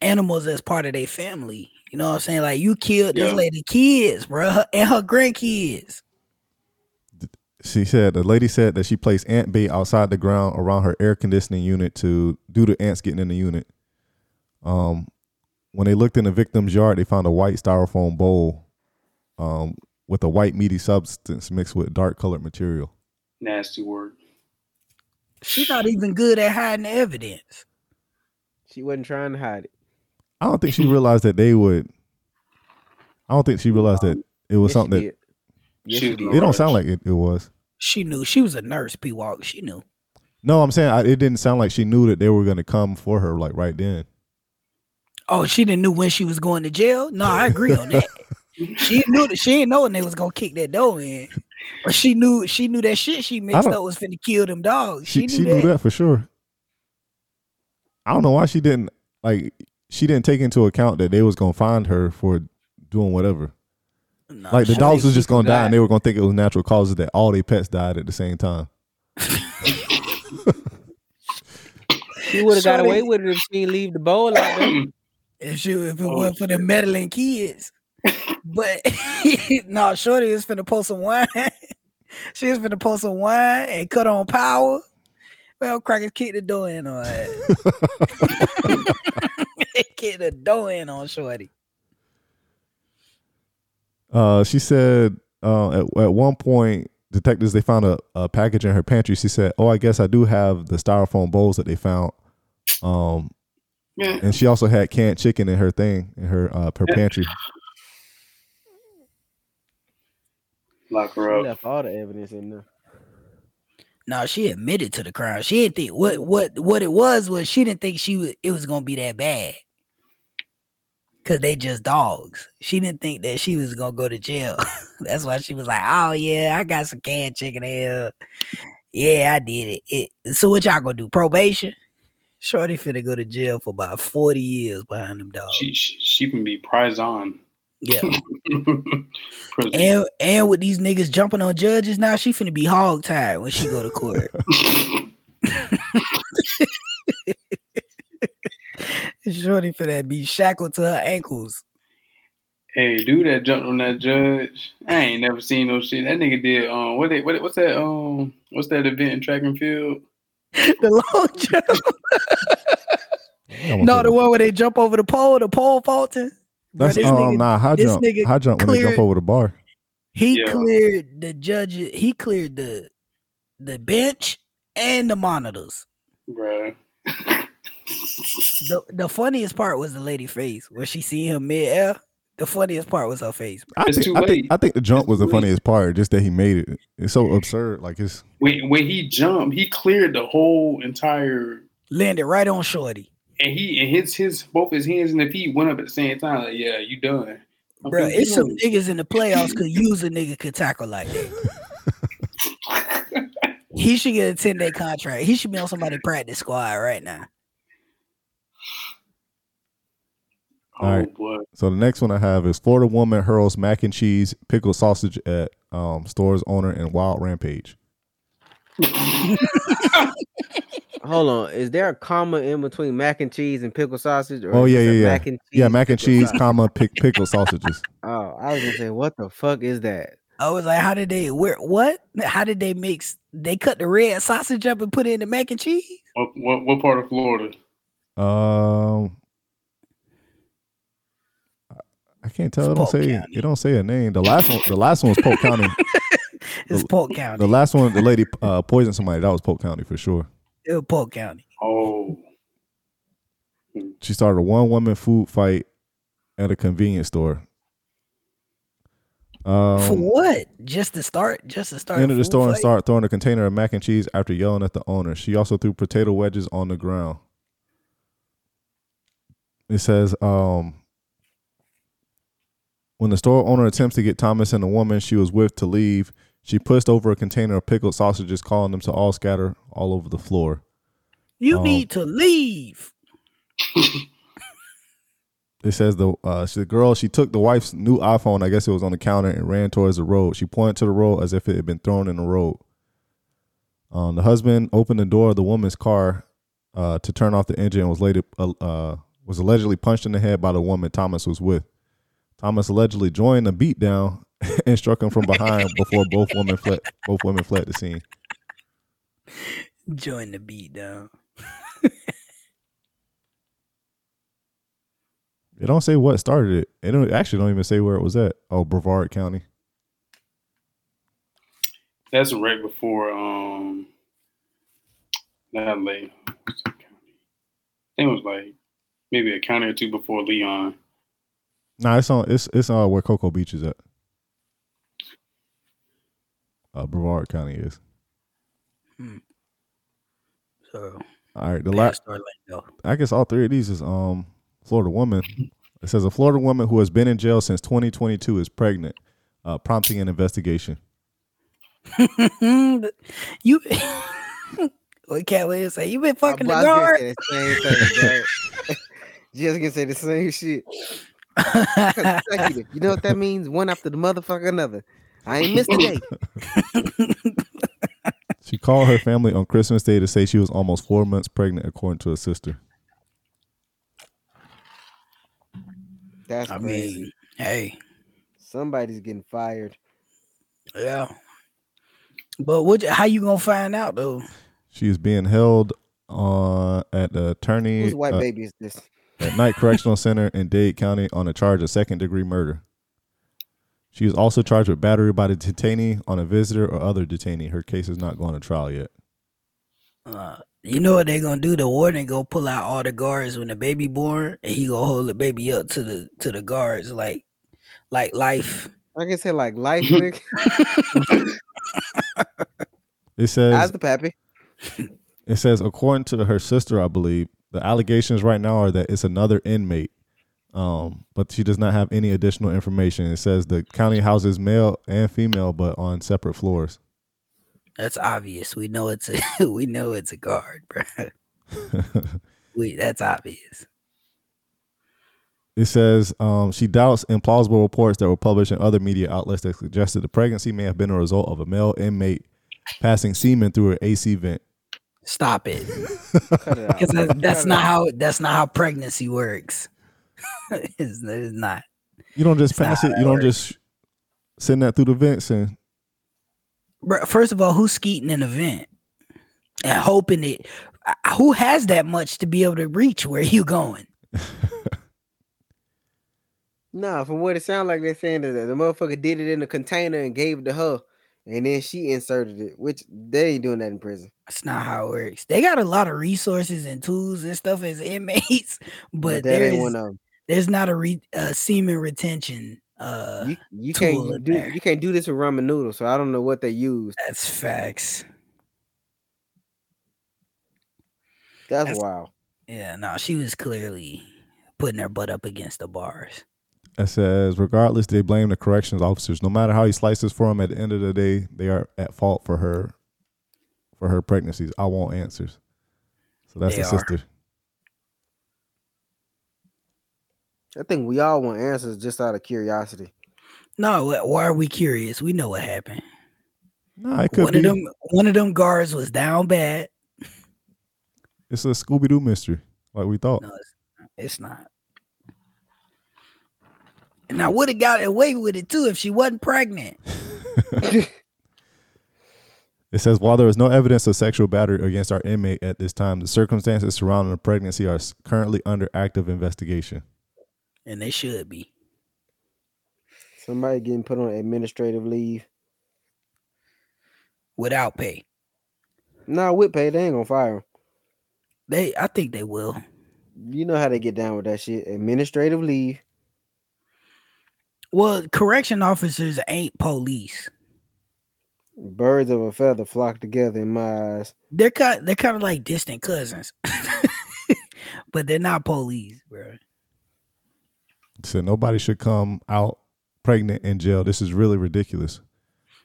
S2: animals as part of their family you know what i'm saying like you killed this
S4: Yeah.
S2: lady kids bro and her grandkids
S3: she said the lady said that she placed ant bait outside the ground around her air conditioning unit to due to ants getting in the unit. Um, when they looked in the victim's yard, they found a white styrofoam bowl, um, with a white meaty substance mixed with dark colored material.
S4: Nasty work.
S2: She's not even good at hiding the evidence.
S1: She wasn't trying to hide it.
S3: I don't think she realized that they would. I don't think she realized that it was
S1: Yes, she
S3: something
S1: did. Yes,
S4: She
S1: she
S4: was
S1: did.
S3: that it don't sound like it, it was.
S2: She knew she was a nurse. P Walk. She knew.
S3: No, I'm saying I, it didn't sound like she knew that they were going to come for her like right then.
S2: Oh, she didn't knew when she was going to jail. No, I agree on that. she knew that she didn't know when they was gonna kick that door in, but she knew she knew that shit she mixed
S3: don't-
S2: up was finna kill them dogs.
S3: She she knew that for sure. I don't know why she didn't like she didn't take into account that they was going to find her for doing whatever.
S2: Nah,
S3: Like the
S2: she-
S3: dogs
S1: think
S3: was just
S1: she
S3: going to die
S1: forgot.
S3: and they were going to think it was natural causes that all their pets died at the same time.
S1: She would have got
S2: Shorty-
S1: away with it if she didn't leave the bowl out there.
S2: if she if it
S4: Oh,
S2: wasn't for the meddling kids. But no, Shorty is finna pull some wine. she was finna pull some wine and cut on power. Well, Crackers kicked the door in on her. they kicked the door in on Shorty.
S3: Uh, she said uh, at, at one point, detectives they found a, a package in her pantry. She said, "Oh, I guess I do have the styrofoam bowls that they found." Um,
S4: Yeah.
S3: and she also had canned chicken in her thing in her uh, her pantry.
S4: Lock
S1: She
S4: her up.
S1: left all the evidence in there.
S2: No, she admitted to the crime. She didn't think what what what it was was she didn't think she was it was gonna be that bad. Cause they just dogs. She didn't think that she was gonna go to jail. That's why she was like, "Oh yeah, I got some canned chicken here. Yeah, I did it. it." So what y'all gonna do? Probation? Shorty finna go to jail for about forty years behind them dogs.
S4: She, she she can be prize on.
S2: yeah.
S4: Prison.
S2: And and with these niggas jumping on judges now, she finna be hog tied when she go to court. Shorty for that be shackled to her ankles.
S4: hey, dude that jumped on that judge. I ain't never seen no shit. That nigga did um what they what what's that um what's that event in track and field?
S2: The long jump.
S3: Yeah, I'm
S2: no,
S3: okay
S2: the
S3: with
S2: one where they jump over the pole, the pole faulting.
S3: it. that's
S2: this
S3: um,
S2: nigga-
S3: nah high
S2: this
S3: jump
S2: nigga
S3: high jump when they jump
S2: cleared-
S3: over the bar.
S2: He
S4: Yeah.
S2: cleared the judges, he cleared the the bench and the monitors.
S4: Bruh.
S2: The the funniest part was the lady face where she seen him mid air. The funniest part was her face.
S3: I
S4: It's
S3: think,
S4: too
S3: I think
S4: late.
S3: I think the jump
S4: It's
S3: was the
S4: too late.
S3: funniest part, just that he made it. It's so absurd. Like it's
S4: when when he jumped, he cleared the whole entire
S2: Landed right on Shorty.
S4: and he and his his both his hands and the feet went up at the same time. Like, yeah, you done. I'm
S2: Bro, it's some niggas
S4: confused.
S2: in the playoffs could use a nigga could tackle like that. he should get a 10 day contract. He should be on somebody practice squad right now.
S4: Oh
S3: Alright.
S4: boy.
S3: So the next one I have is Florida woman hurls mac and cheese, pickled sausage at um, store's owner in wild rampage.
S1: Hold on, is there a comma in between mac and cheese and pickle sausage? Or
S3: Oh,
S1: is
S3: yeah,
S1: it
S3: yeah, yeah.
S1: mac and cheese
S3: yeah, mac and
S1: pickle
S3: cheese,
S1: sausage?
S3: comma pick, pickled sausages.
S1: Oh, I was gonna say, what the fuck is that?
S2: I was like, how did they where what? How did they mix they cut the red sausage up and put it in the mac and cheese?
S4: What, what what part of Florida?
S3: Um, I- I can't tell. It don't
S2: Polk
S3: say.
S2: County.
S3: It don't say a name. The last one. The last one was Polk County.
S2: It's
S3: The-
S2: Polk
S3: The
S2: County.
S3: last one, the lady uh, poisoned somebody. That was Polk County for sure.
S2: It was Polk County.
S4: Oh.
S3: She started a one woman food fight at a convenience store. Um,
S2: For what? Just to start, just to start.
S3: entered the
S2: food
S3: store and
S2: fight?
S3: started throwing a container of mac and cheese after yelling at the owner. She also threw potato wedges on the ground. It says, um, when the store owner attempts to get Thomas and the woman she was with to leave, she pushed over a container of pickled sausages, calling them to all scatter all over the floor.
S2: You
S3: Oh.
S2: need to leave.
S3: It says the uh, she, the girl she took the wife's new iPhone, I guess it was on the counter, and ran towards the road. She pointed to the road as if it had been thrown in the road. Um, the husband opened the door of the woman's car uh, to turn off the engine and was later uh, uh, was allegedly punched in the head by the woman Thomas was with. Thomas allegedly joined the beatdown and struck him from behind before both women fled. Both women fled the scene.
S2: Join the beat down.
S3: It don't say what started it. It don't, actually don't even say where it was at. Oh, Brevard County.
S4: That's right before um not late. I think it was like maybe a county or two before Leon.
S3: Nah, it's on. It's it's on where Cocoa Beach is at. Uh, Brevard County is.
S2: So
S3: All right, the
S2: yeah,
S3: last.
S2: start like no.
S3: I guess all three of these is um Florida woman. It says a Florida woman who has been in jail since 2022 is pregnant, uh, prompting an investigation.
S2: you what Cat Williams say? You been
S1: My
S2: fucking the
S1: boss gonna
S2: guard.
S1: say the same thing, bro. Just gonna say the same shit. Consecutive. You know what that means? One after the motherfucker another. I ain't missed a day.
S3: She called her family on Christmas Day to say she was almost four months pregnant, according to her sister.
S1: That's
S2: I
S1: crazy.
S2: mean, hey,
S1: Somebody's getting fired.
S2: yeah. But what? How you gonna find out though?
S3: She is being held uh, at the attorney
S1: Whose white
S3: uh,
S1: baby is this?
S3: at Knight Correctional Center in Dade County on a charge of second degree murder. She is also charged with battery by the detainee on a visitor or other detainee. Her case is not going to trial yet.
S2: Uh, you know what they gonna do? The warden gonna pull out all the guards when the baby born, and he gonna hold the baby up to the to the guards like like life.
S1: I can say like life, nigga.
S3: It says
S1: How's the pappy?
S3: It says, according to her sister, I believe the allegations right now are that it's another inmate, um, but she does not have any additional information. It says the county houses male and female, but on separate floors.
S2: That's obvious. We know it's a we know it's a guard, bro. We that's obvious.
S3: it says um, she doubts implausible reports that were published in other media outlets that suggested the pregnancy may have been a result of a male inmate passing semen through an AC vent.
S2: Stop it.
S1: Cut it out.
S2: Because that's, that's not how that's not how pregnancy works. it's, it's not.
S3: You don't just
S2: It's not
S3: pass
S2: how
S3: it.
S2: that
S3: You don't just send that through the vents and
S2: Bruh, First of all, who's skeeting an event and hoping it? I- Who has that much to be able to reach where you going?
S1: Nah, from what it sounds like, they're saying that the motherfucker did it in a container and gave it to her, and then she inserted it, which they ain't doing that in prison.
S2: That's not how it works. They got a lot of resources and tools and stuff as inmates, but
S1: that
S2: there
S1: ain't
S2: is,
S1: one of
S2: there's not a re, uh, semen retention. Uh,
S1: them. You, you
S2: tool in
S1: can't do
S2: there.
S1: you can't do this with ramen noodles, so I don't know what they used.
S2: that's facts.
S1: That's,
S2: That's-
S1: wild.
S2: Yeah, no, she was clearly putting her butt up against the bars.
S3: It says, regardless, they blame the corrections officers. No matter how he slices for them, at the end of the day, they are at fault for her, for her pregnancies. I want answers. So that's
S2: They
S3: the
S2: are.
S3: sister.
S1: I think we all want answers just out of curiosity.
S2: No, wh- why are we curious? We know what happened.
S3: Nah, it could
S2: One
S3: be.
S2: of them, one of them guards was down bad.
S3: It's a Scooby Doo mystery, like we thought.
S2: No, it's not. It's not. And I would have got away with it too if she wasn't pregnant.
S3: It says, while there is no evidence of sexual battery against our inmate at this time, the circumstances surrounding the pregnancy are s- currently under active investigation.
S2: And they should be.
S1: Somebody getting put on administrative leave.
S2: Without pay.
S1: Nah, with pay, they ain't gonna fire 'em.
S2: They I think they will.
S1: You know how they get down with that shit. Administrative leave.
S2: Well, correction officers ain't police.
S1: Birds of a feather flock together in my eyes.
S2: They're kind they're kind of like distant cousins. but they're not police, bro.
S3: It said, nobody should come out pregnant in jail. This is really ridiculous.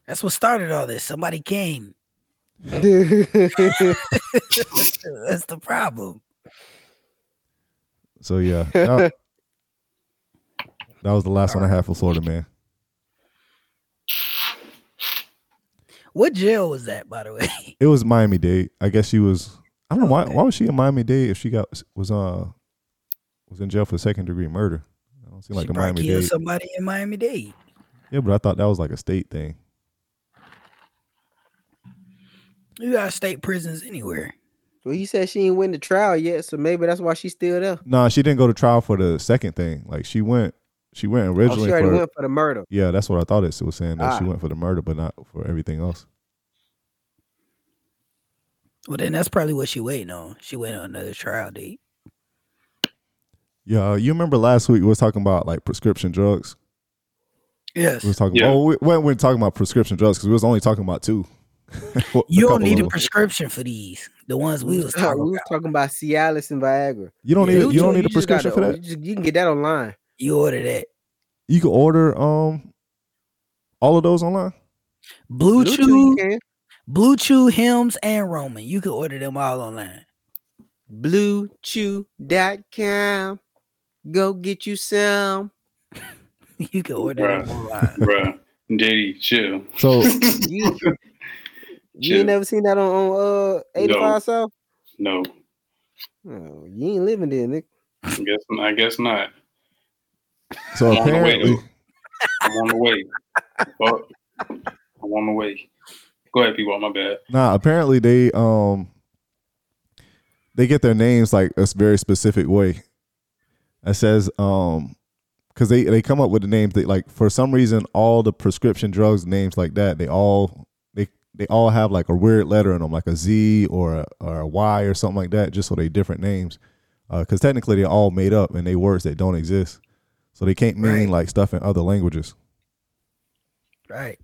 S2: That's what started all this. Somebody came. Uh, That's the problem.
S3: So, yeah, that, that was the last one I had for Florida, man.
S2: What jail was that, by the way?
S3: It was Miami Dade. I guess she was. I don't know why.
S2: Okay.
S3: Why was she in Miami Dade if she got was uh was in jail for second degree murder? I don't seem like
S2: she
S3: the
S2: probably
S3: Miami
S2: killed
S3: Dade.
S2: somebody in Miami Dade.
S3: Yeah, but I thought that was like a state thing.
S2: You got state prisons anywhere.
S1: Well, you said she ain't win the trial yet, so maybe that's why she's still there.
S3: No, she didn't go to trial for the second thing. Like she went, she went
S1: Oh, she
S3: originally
S1: already
S3: for.
S1: went for the murder.
S3: Yeah, that's what I thought it was saying. That she
S1: Ah.
S3: went for the murder, but not for everything else.
S2: Well, then that's probably what she waiting on. She waiting on another trial date.
S3: Yeah, uh, you remember last week we was talking about like prescription drugs.
S2: Yes.
S3: We was talking.
S4: Yeah.
S3: Oh, we, we weren't talking about prescription drugs because we was only talking about two.
S2: You
S3: couple
S2: don't need
S3: of
S2: a
S3: them.
S2: prescription for these. The ones we was
S1: Uh,
S2: talking
S1: we
S2: about.
S1: was talking about Cialis and Viagra.
S3: You don't
S2: Yeah,
S3: need.
S2: you
S3: You don't need a
S1: just gotta
S3: prescription for
S1: order-
S3: that.
S1: You, just- you can get that online.
S2: You order that.
S3: You can order um all of those online.
S2: Blue,
S1: Blue Chew,
S2: Chew,
S1: you can.
S2: Blue Chew, Hems, and Roman. You can order them all online.
S1: BlueChew.com. Go get you some.
S2: You can order them
S4: Bruh.
S2: online.
S4: Bruh, JD, chill.
S3: So
S1: You, you
S4: Chew.
S1: ain't never seen that on, on uh 85
S4: No.
S1: South?
S4: No,
S1: Oh, you ain't living there, Nick.
S4: I guess I guess not.
S3: so
S4: I'm on the way
S3: apparently
S4: though. I'm on the way. Fuck. I'm on the way. Go ahead, people. My bad.
S3: Nah, apparently they um they get their names like a s- very specific way. It says um because they they come up with the names that like for some reason all the prescription drugs names like that they all they they all have like a weird letter in them like a Z or a, or a Y or something like that just so they different names because technically they're all made up and they words that don't exist so they can't mean
S2: Right.
S3: like stuff in other languages.
S2: Right.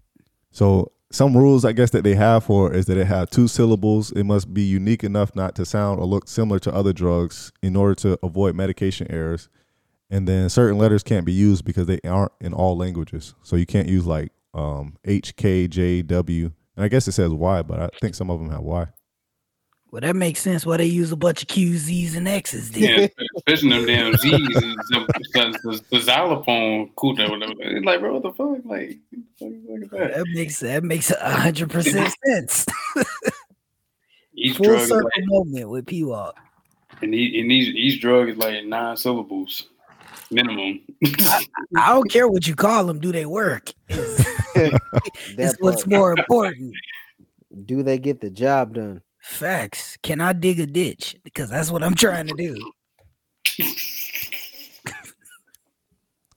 S3: So some rules I guess that they have for it is that it have two syllables. It must be unique enough not to sound or look similar to other drugs in order to avoid medication errors. And then certain letters can't be used because they aren't in all languages. So you can't use like um, H K J W. And I guess it says Y, but I think some of them have Y.
S2: Well, that makes sense why they use a bunch of QZs and X's then.
S4: Yeah, especially them damn Z's and the, the, the xylophone cooter, whatever. It's like, bro, what the fuck? Like, what the fuck is that?
S2: That makes that makes a hundred percent sense.
S4: Each
S2: Full
S4: drug is
S2: circle
S4: like,
S2: moment with P Walk.
S4: and, e- and each, each drug is like nine syllables minimum.
S2: I don't care what you call them, do they work? It's,
S1: That
S2: it's what's
S1: part.
S2: more important.
S1: Do they get the job done?
S2: Facts. Can I dig a ditch? Because that's what I'm trying to do.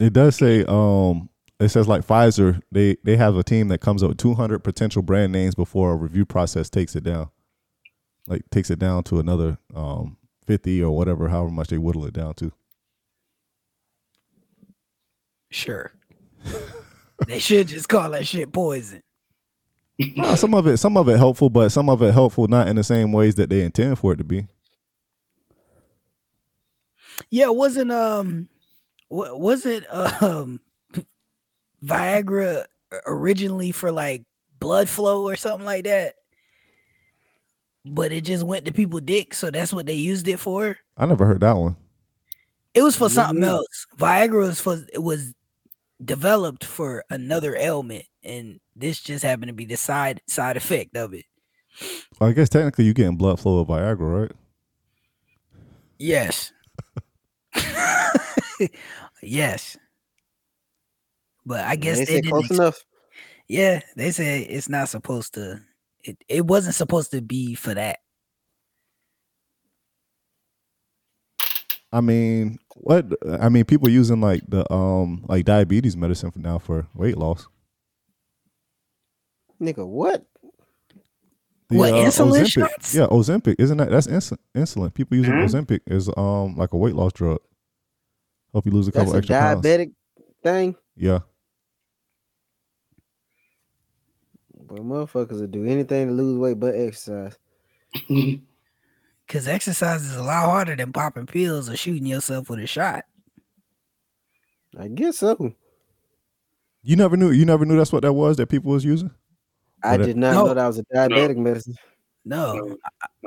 S3: It does say um, it says like Pfizer. They they have a team that comes up with 200 potential brand names before a review process takes it down, like takes it down to another um 50 or whatever, however much they whittle it down to.
S2: Sure. they should just call that shit poison.
S3: Nah, some of it, some of it helpful, but some of it helpful not in the same ways that they intend for it to be.
S2: Yeah, wasn't um wa- wasn't um Viagra originally for like blood flow or something like that? But it just went to people dick, so that's what they used it for.
S3: I never heard that one.
S2: It was for something
S1: Mhm.
S2: else. Viagra was for it was developed for another ailment, and this just happened to be the side side effect of it.
S3: Well, I guess technically you're getting blood flow of Viagra, right?
S2: Yes. yes. But I guess
S1: They
S2: they,
S1: said
S2: didn't.
S1: close
S2: ex-
S1: enough.
S2: yeah, they said it's not supposed to. It it wasn't supposed to be for that.
S3: I mean, what? I mean, people using like the um like diabetes medicine for now for weight loss.
S1: Nigga, what?
S3: The, uh,
S2: What, insulin
S3: Ozempic.
S2: shots? Mm-hmm.
S3: Yeah, Ozempic. Isn't that that's insulin? insulin. People using
S4: Mhm.
S3: Ozempic is um like a weight loss drug. Hope you lose a
S1: That's
S3: couple
S1: a
S3: extra pounds.
S1: diabetic thing.
S3: Yeah,
S1: But motherfuckers will do anything to lose weight but exercise.
S2: Cause exercise is a lot harder than popping pills or shooting yourself with a shot.
S1: I guess so.
S3: you never knew. You never knew that's what that was that people was using.
S1: I
S3: But it-
S1: did not
S2: No.
S1: know that was a diabetic medicine.
S2: No,
S4: No.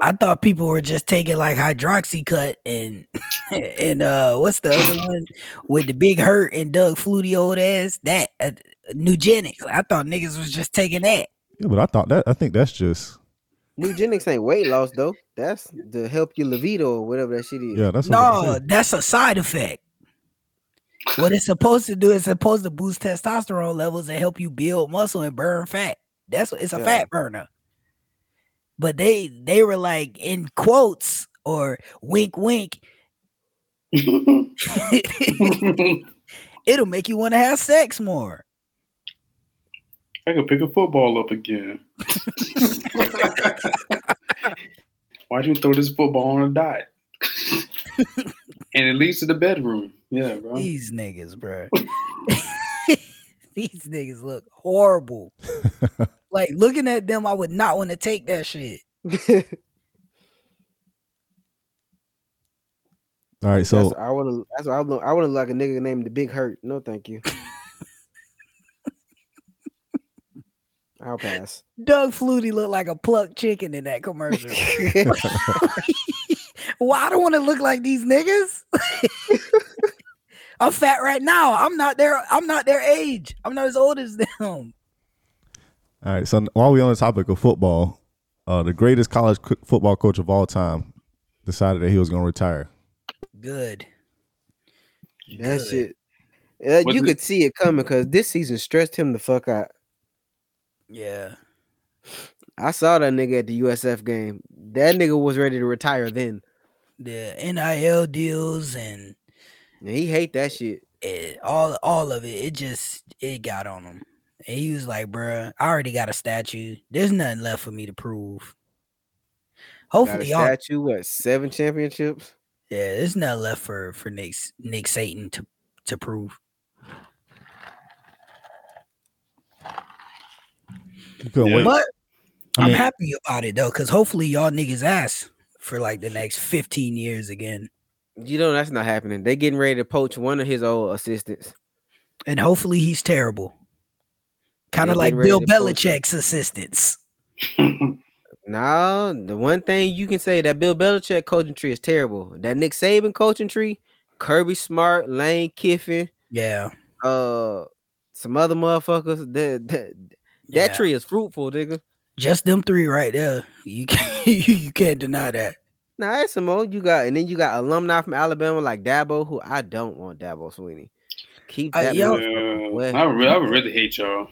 S2: I thought people were just taking like hydroxy cut and and uh what's the other one with the big hurt and Doug Flutie old ass that uh, Nugenics. I thought niggas was just taking that.
S3: Yeah, but I thought that I think that's just
S1: Eugenics ain't weight loss though. That's to help you libido or whatever that shit is.
S3: yeah. That's what I'm
S2: No,
S3: saying.
S2: that's a side effect. What it's supposed to do is supposed to boost testosterone levels and help you build muscle and burn fat. That's what it's a
S5: Yeah.
S2: fat burner. But they they were like in quotes or wink wink. It'll make you want to have sex more.
S4: I could pick a football up again. Why'd you throw this football on a dot? and it leads to the bedroom. Yeah, bro.
S2: These niggas, bro. These niggas look horrible. like looking at them, I would not want to take that shit.
S3: All right, so
S1: that's, I want to. That's why I look. I want to like a nigga named the Big Hurt. No, thank you. I'll pass.
S2: Doug Flutie looked like a plucked chicken in that commercial. Why I don't want to look like these niggas? I'm fat right now. I'm not their. I'm not their age. I'm not as old as them.
S3: all right, so while we're on the topic of football, uh, the greatest college co- football coach of all time decided that he was going to retire.
S2: Good.
S1: That shit. Uh,
S4: Wasn't
S1: you
S4: it-
S1: could see it coming because this season stressed him the fuck out.
S2: Yeah.
S1: I saw that nigga at the USF game. That nigga was ready to retire then.
S2: The NIL deals and,
S1: And he hate that shit.
S2: it, all all of it. It just it got on him. And he was like, "Bruh, I already got a statue. There's nothing left for me to prove."
S1: Got a
S2: Hopefully, y'all
S1: statue. What seven championships?
S2: Yeah, there's nothing left for for Nick S- Nick Satan to to prove.
S3: You couldn't
S4: Yeah.
S3: wait.
S2: But
S3: I
S2: I'm
S3: mean-
S2: happy about it though, because hopefully y'all niggas ask for like the next 15 years again,
S1: You know that's not happening. They getting ready to poach one of his old assistants.
S2: and hopefully he's terrible, kind
S1: Yeah,
S2: of
S1: get
S2: like
S1: ready
S2: Bill
S1: to poach him.
S2: Belichick's assistants.
S1: No, the one thing you can say that Bill Belichick coaching tree is terrible. That Nick Saban coaching tree, Kirby Smart, Lane Kiffin,
S2: Yeah,
S1: uh, some other motherfuckers. That that, that
S2: yeah.
S1: tree is fruitful, nigga.
S2: Just them three right there. You can't you can't deny that.
S1: Now that's some more you got, and then you got alumni from Alabama like Dabo, who I don't want Dabo Sweeney. Keep
S2: Uh,
S1: that.
S4: yeah.
S2: yo-
S1: motherfucker away.
S4: I, would re- I would really hate y'all.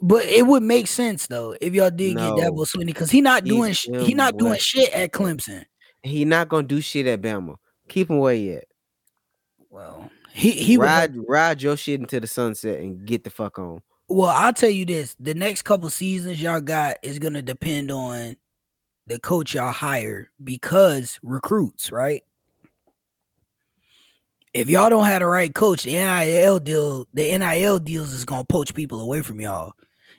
S2: But it would make sense though if y'all did
S1: No.
S2: get Dabo Sweeney because he not
S1: Keep
S2: doing sh- he
S1: him
S2: not doing
S1: away.
S2: shit at Clemson.
S1: He not gonna do shit at Bama. Keep him away yet.
S2: Well, he he would
S1: ride ride your shit into the sunset and get the fuck on.
S2: Well, I'll tell you this: the next couple seasons y'all got is gonna depend on the coach y'all hire because recruits, right? If y'all don't have the right coach, the NIL deal, the NIL deals is gonna poach people away from y'all.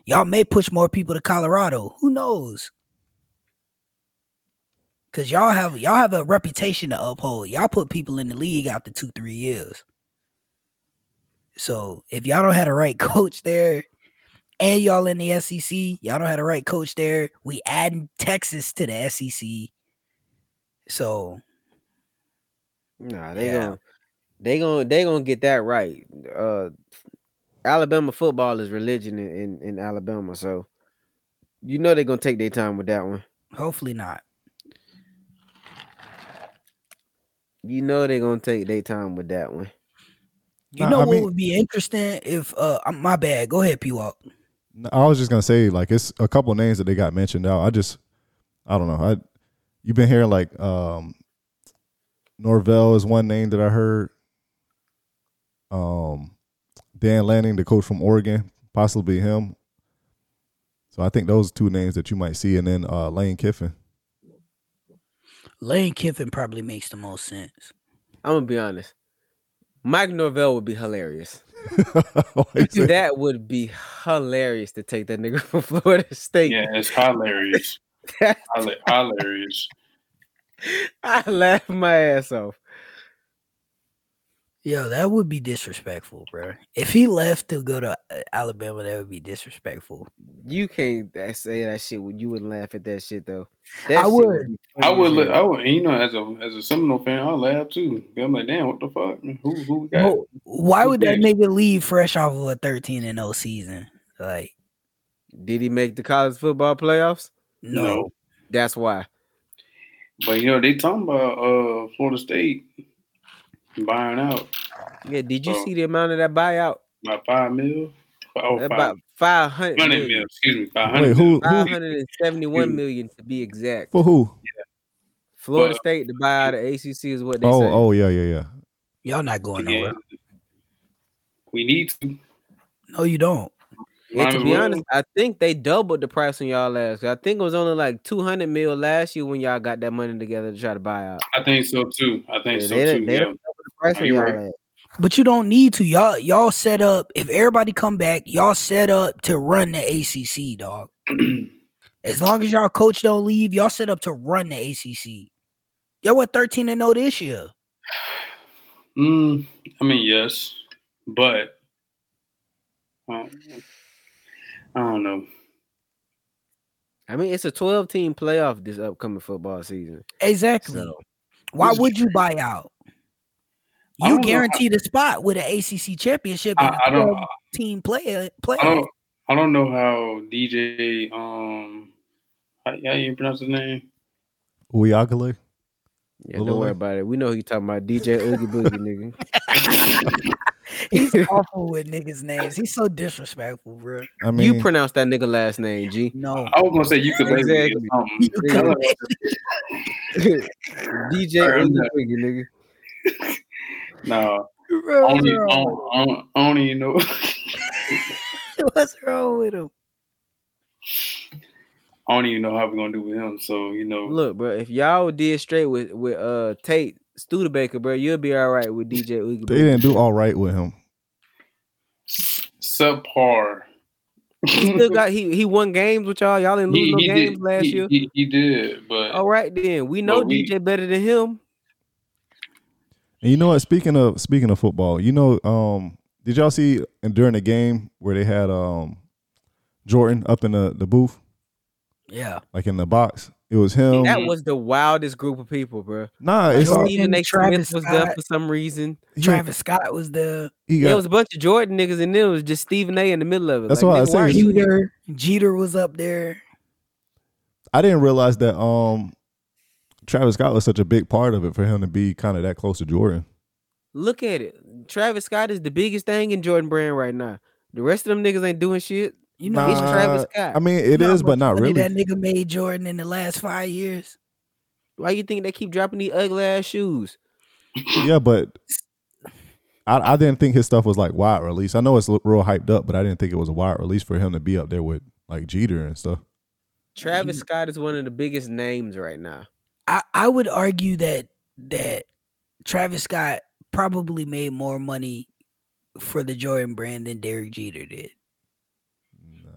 S2: Y'all may push more people to Colorado. Who knows? Cause y'all have y'all have a reputation to uphold. Y'all put people in the league after two, three years. So if y'all don't have the right coach there, and y'all in the SEC, y'all don't have the right coach there. We adding Texas to the SEC. So
S1: Nah, they
S2: Yeah.
S1: gonna they gonna they gonna get that right. Uh Alabama football is religion in, in, in Alabama, so you know they're gonna take their time with that one.
S2: hopefully not.
S1: You know they're gonna take their time with that one.
S2: You
S3: Nah,
S2: know
S3: I
S2: what
S3: mean-
S2: would be interesting if uh uh, my bad. Go ahead, P Walk.
S3: No, I was just gonna say like it's a couple of names that they got mentioned out. I just I don't know. I you've been hearing like um Norvell is one name that I heard. Um Dan Lanning, the coach from Oregon, possibly him. So I think those two names that you might see, and then uh Lane Kiffin.
S2: Lane Kiffin probably makes the most sense.
S1: I'm gonna be honest. Mike Norvell would be hilarious.
S3: Like,
S1: that would be hilarious to take that nigga from Florida State.
S4: Yeah, it's hilarious. Hila- hilarious.
S1: I laughed my ass off.
S2: Yo, that would be disrespectful, bro. If he left to go to uh, Alabama, that would be disrespectful.
S1: You can't tha- say that shit when you wouldn't laugh at that shit though.
S2: I
S1: That shit
S2: would.
S1: be
S4: I
S1: funny
S4: would,
S1: as
S4: li-
S1: hell.
S4: I would, and you know, as a as a Seminole fan, I laugh too. I'm like, damn, what the fuck? Who who we got?
S2: Well, why
S4: who
S2: would that
S4: cares?
S2: nigga leave fresh off of a 13 and 0 season? Like,
S1: Did he make the college football playoffs?
S2: no.
S4: No.
S1: That's why.
S4: But you know, they talking about uh Florida State buying out.
S1: Yeah, did you
S4: Oh.
S1: see the amount of that buyout?
S4: My five mil. Oh,
S1: That
S4: five
S1: About five hundred
S4: hundred mil.
S1: million.
S4: Excuse me, five
S3: Wait,
S4: hundred.
S3: who,
S1: Five
S3: who
S1: hundred and seventy-one million to be exact.
S3: for who?
S1: Florida
S4: Well-
S1: State to buy out of ACC is what they say.
S3: Oh, oh yeah, yeah, yeah.
S2: Y'all not going
S4: Yeah.
S2: nowhere.
S4: We need to.
S2: No, you don't.
S1: And
S4: Might
S1: to
S4: as
S1: be
S4: well.
S1: honest, I think they doubled the price on y'all last. year. I think it was only like two hundred mil last year when y'all got that money together to try to buy out.
S4: I think so too. I think
S1: Yeah,
S4: so
S1: they
S4: too.
S1: done- they
S4: yeah.
S1: done The price
S4: Nah,
S1: on
S4: you
S1: y'all
S4: right.
S1: last.
S2: But you don't need to. Y'all y'all set up if everybody come back, y'all set up to run the ACC, dog. as long as y'all coach don't leave, y'all set up to run the ACC. Y'all went 13 and 0 this year.
S4: Mm, I mean, yes, but uh, I don't know.
S1: I mean, it's a twelve-team playoff this upcoming football season.
S2: Exactly.
S1: So
S2: Why
S4: This is
S2: would you buy out?
S4: I
S2: You
S4: don't know.
S2: guarantee the spot with an ACC championship and
S4: I, I don't.
S2: a team play
S4: I
S2: playoff.
S4: don't. I don't know how DJ. Um, how, how you pronounce his name?
S3: Uyagale.
S1: yeah,
S3: Lil
S1: don't worry
S3: Wayne.
S1: about it. We know who you talking about, DJ Oogie Boogie, nigga.
S2: He's awful with niggas' names. He's so disrespectful, bro.
S3: I mean,
S1: you pronounce that nigga last name, G.
S2: No.
S4: I was gonna say you could label me
S1: Exactly.
S4: or something.
S1: Nigga.
S4: All right,
S1: DJ
S4: I'm
S1: Oogie
S4: done.
S1: Boogie, nigga.
S4: No, I
S2: Bro,
S4: don't, even, I,
S2: bro,
S4: don't, I, don't, I don't even know. um,
S2: What's wrong with him?
S4: I don't even know how we're gonna do with him. So you know,
S1: Look, bro, if y'all did straight with with uh Tate Studebaker, bro, you'll be all right with DJ Oogie.
S3: they
S1: Boogie.
S3: didn't do all right with him.
S4: subpar.
S1: He still got he he won games with y'all. Y'all didn't lose no games
S4: did,
S1: last
S4: he,
S1: year. Oh.
S4: He, he did, but
S1: All right, then we know
S4: But we-
S1: DJ better than him.
S3: And you know what? Speaking of speaking of football, you know, um, did y'all see during the game where they had um Jordan up in the, the booth,
S2: Yeah.
S3: like in the box? It was him.
S1: That
S4: Mhm.
S1: was the wildest group of people, bro.
S3: nah, it's
S2: Jordan,
S1: Stephen A. Smith
S2: Travis
S1: was there
S2: Scott.
S1: for some reason.
S3: he-
S2: Travis Scott was there.
S3: He
S1: There
S3: got,
S1: was a bunch of Jordan niggas, and then it was just Stephen A. in the middle of it.
S3: That's
S1: like,
S3: why I
S1: nigga,
S3: say
S1: why
S3: it's-
S1: are you here?
S2: Jeter. Jeter was up there.
S3: I didn't realize that um Travis Scott was such a big part of it for him to be kind of that close to Jordan.
S1: Look at it. Travis Scott is the biggest thing in Jordan Brand right now. The rest of them niggas ain't doing shit.
S2: You know,
S1: it's
S3: Nah,
S1: Travis Scott.
S3: I mean, it
S2: how
S3: is, but
S2: much
S3: not
S2: money
S3: really.
S2: That nigga made Jordan in the last five years.
S1: Why you think they keep dropping these ugly ass shoes?
S3: yeah, but I, I didn't think his stuff was like wide release. I know it's l- real hyped up, but I didn't think it was a wide release for him to be up there with like Jeter and stuff.
S1: Travis Scott is one of the biggest names right now.
S2: I, I would argue that that Travis Scott probably made more money for the Jordan brand than Derek Jeter did.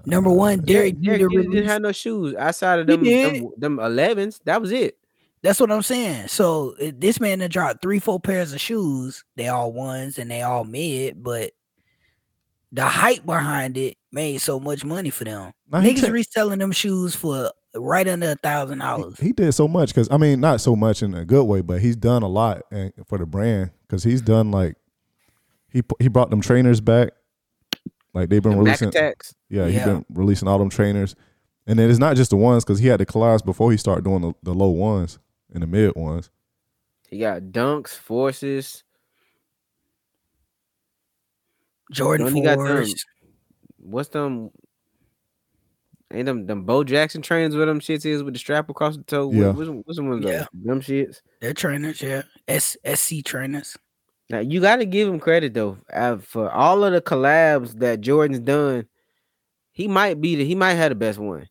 S2: Number one, Derek
S1: Derek Jeter
S2: Jeter
S1: didn't
S2: released-
S1: have no shoes outside of
S2: He
S1: them them,
S2: did.
S1: them 11s. That was it.
S2: That's what I'm saying. So uh, this man that dropped three, four pairs of shoes, they all ones and they all mid, but the hype behind it made so much money for them.
S3: Nah, he
S2: Niggas
S3: took-
S2: reselling them shoes for right under a thousand
S3: He-
S2: dollars.
S3: He, did so much because I mean, not so much in a good way, but he's done a lot and, for the brand because he's done like he pu- he brought them trainers back, like they've been
S1: The Mac
S3: releasing.
S1: attacks.
S3: Yeah, he's
S2: Yeah.
S3: been releasing all them trainers, and then it's not just the ones because he had the collabs before he started doing the, the low ones and the mid ones.
S1: He got dunks, forces.
S2: Jordan
S1: When he got them-
S2: fours.
S1: What's them? Ain't them them Bo Jackson trains with them shits is with the strap across the toe? What-
S3: Yeah.
S1: What's, what's one of those?
S2: Yeah.
S1: Them shits.
S2: They're trainers, yeah. S SC trainers.
S1: Now you got to give him credit though uh, for all of the collabs that Jordan's done. He might be the he might have the best one,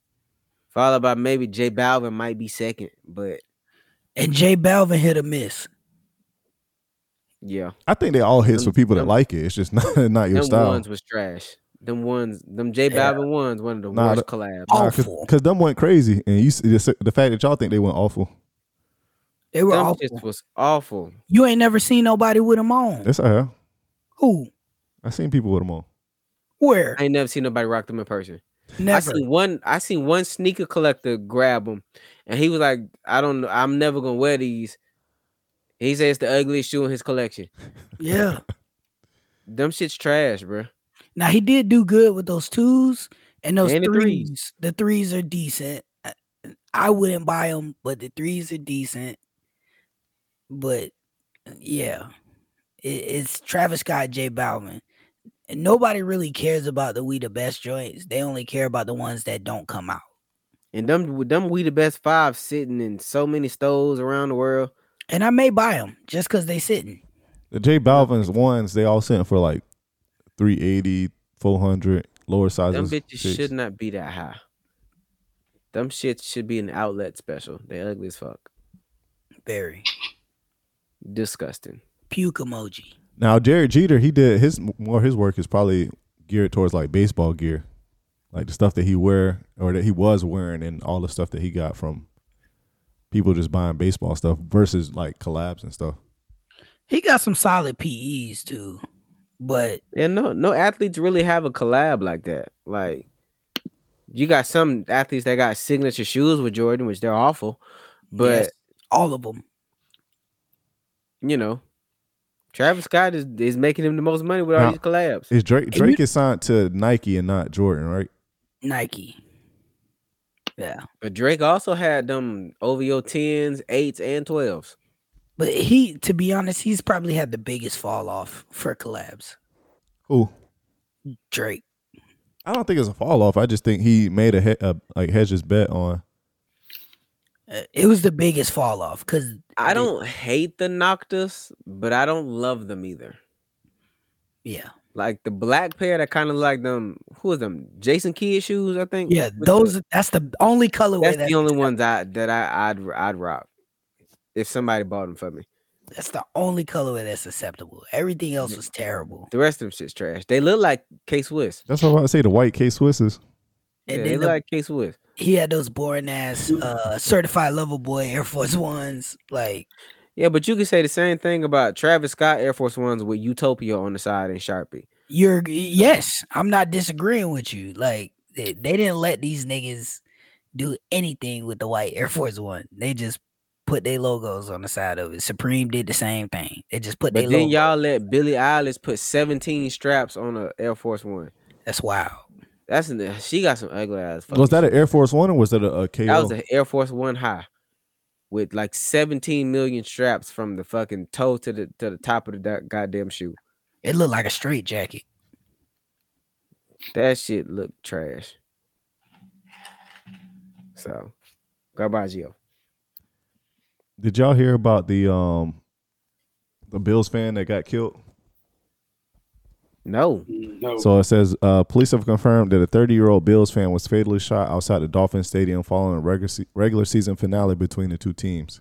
S1: followed by maybe J Balvin might be second, but
S2: And Jay Balvin hit a miss.
S1: yeah,
S3: I think they all hits
S1: Them-
S3: for people that
S1: them-
S3: like it. It's just not not your
S1: them
S3: style.
S1: ones was trash. Them ones, them J
S2: Yeah.
S1: Balvin ones, one of the
S3: Nah,
S1: worst
S3: the-
S1: collabs.
S2: awful.
S3: because them went crazy, and you see the, the fact that y'all think they went awful.
S2: They were
S1: them
S2: awful.
S1: shits was awful.
S2: You ain't never seen nobody with them on.
S3: That's I have.
S2: Who?
S3: I seen people with them on.
S2: Where?
S1: I ain't never seen nobody rock them in person.
S2: Never.
S1: I seen one. I seen one sneaker collector grab them, and he was like, "I don't know. I'm never gonna wear these." He said it's the ugliest shoe in his collection.
S2: Yeah.
S1: Them shits trash, bro.
S2: Now he did do good with those twos and those
S1: And the
S2: threes.
S1: threes.
S2: The threes are decent. I, I wouldn't buy them, but the threes are decent. But yeah, It, it's Travis Scott, Jay Bauman. And nobody really cares about the we the best joints. They only care about the ones that don't come out.
S1: And them them we the best five sitting in so many stores around the world.
S2: And I may buy them just because they sitting.
S3: The J Balvin's ones, they all sent for like 380, 400, lower
S1: Them
S3: sizes.
S1: bitches
S3: six.
S1: should not be that high. Them shits should be an outlet special. They ugly as fuck.
S2: Very
S1: Disgusting.
S2: puke emoji.
S3: Now Jerry Jeter, he did his more his work is probably geared towards like baseball gear, like the stuff that he wear or that he was wearing, and all the stuff that he got from people just buying baseball stuff versus like collabs and stuff.
S2: He got some solid PEs too, but
S1: Yeah, no, no athletes really have a collab like that. Like you got some athletes that got signature shoes with Jordan, which they're awful. But
S2: yes, all of them.
S1: you know, Travis Scott is, is making him the most money with all
S3: Now-
S1: these collabs.
S3: Is Drake
S2: you-
S3: Drake is signed to Nike and not Jordan, right?
S2: Nike. Yeah,
S1: But Drake also had them OVO tens, eights, and twelves.
S2: but he, to be honest, he's probably had the biggest fall off for collabs.
S3: Who?
S2: Drake.
S3: I don't think it's a fall off. I just think he made a, he- a like hedge his bet on.
S2: Uh, It was the biggest fall off because
S1: I don't hate the Noctus, but I don't love them either.
S2: Yeah,
S1: Like the black pair that kind of like them. Who is them? Jason Kidd shoes, I think.
S2: yeah.
S1: With the-
S2: Those. That's the only colorway.
S1: That's
S2: that-
S1: the only ones I that I I'd I'd rock if somebody bought them for me.
S2: That's the only colorway that's acceptable. Everything else was terrible.
S1: The rest of them shit's trash. They look like K Swiss.
S3: That's what I say. The white K Swisses.
S1: Yeah,
S2: And
S1: they
S2: then
S1: look
S2: the-
S1: like K Swiss.
S2: he had those boring ass uh, certified level boy Air Force Ones. Like,
S1: Yeah, but you could say the same thing about Travis Scott Air Force Ones with Utopia on the side and Sharpie.
S2: you're yes, I'm not disagreeing with you. Like, they, they didn't let these niggas do anything with the white Air Force One. They just put their logos on the side of it. Supreme did the same thing. They just put
S1: But
S2: their
S1: then
S2: logo.
S1: y'all let Billie Eilish put 17 straps on a Air Force One.
S2: That's wild.
S1: That's an, she got some ugly ass.
S3: Was
S1: fucking
S3: that an Air Force One or was that a, a KO?
S1: That was an Air Force One high with like 17 million straps from the fucking toe to the to the top of the da- goddamn shoe.
S2: It looked like a straight jacket.
S1: That shit looked trash. So, Garbaggio.
S3: Did y'all hear about the um the Bills fan that got killed?
S1: No.
S4: No.
S3: So it says uh, police have confirmed that a 30 year old Bills fan was fatally shot outside the Dolphins Stadium following a regular, se- regular season finale between the two teams.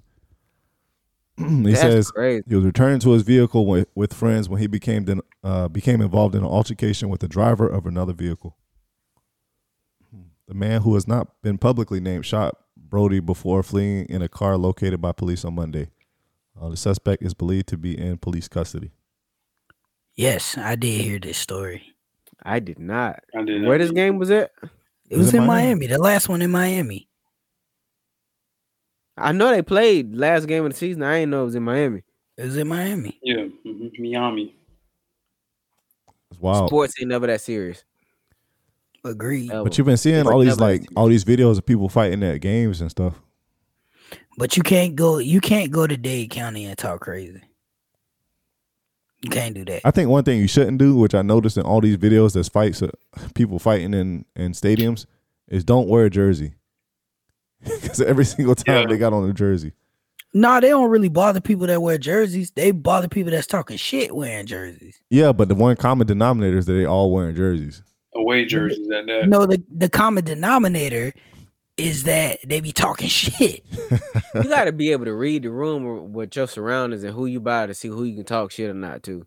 S3: he
S1: That's
S3: says
S1: crazy.
S3: he was returning to his vehicle with, with friends when he became den- uh, became involved in an altercation with the driver of another vehicle. The man who has not been publicly named shot Brody before fleeing in a car located by police on Monday. Uh, the suspect is believed to be in police custody.
S2: Yes, I did hear this story.
S1: I did not.
S4: I did
S1: Where this game was at?
S2: It was, in, Miami. The last one in Miami.
S1: I know they played last game of the season. I didn't know it was in Miami.
S2: It was in Miami.
S4: Yeah, mhm, Miami.
S3: It's wild.
S1: Sports ain't never that serious.
S2: Agreed.
S1: ever.
S3: But you've been seeing
S1: It's
S3: all
S1: like
S3: these
S1: never
S3: like
S1: ending.
S3: all these videos of people fighting at games and stuff.
S2: But you can't go. You can't go to Dade County and talk crazy. You can't do that.
S3: I think one thing you shouldn't do, which I noticed in all these videos that's fights uh, people fighting in in stadiums, is don't wear a jersey. Because every single time
S4: Yeah.
S3: they got on a jersey,
S2: Nah, they don't really bother people that wear jerseys. They bother people that's talking shit wearing jerseys.
S3: yeah. But the one common denominator is that they all wearing jerseys.
S4: Away jerseys at that.
S2: No, the the common denominator is that they be talking shit.
S1: You gotta be able to read the room or what your surroundings and who you by to see who you can talk shit or not to.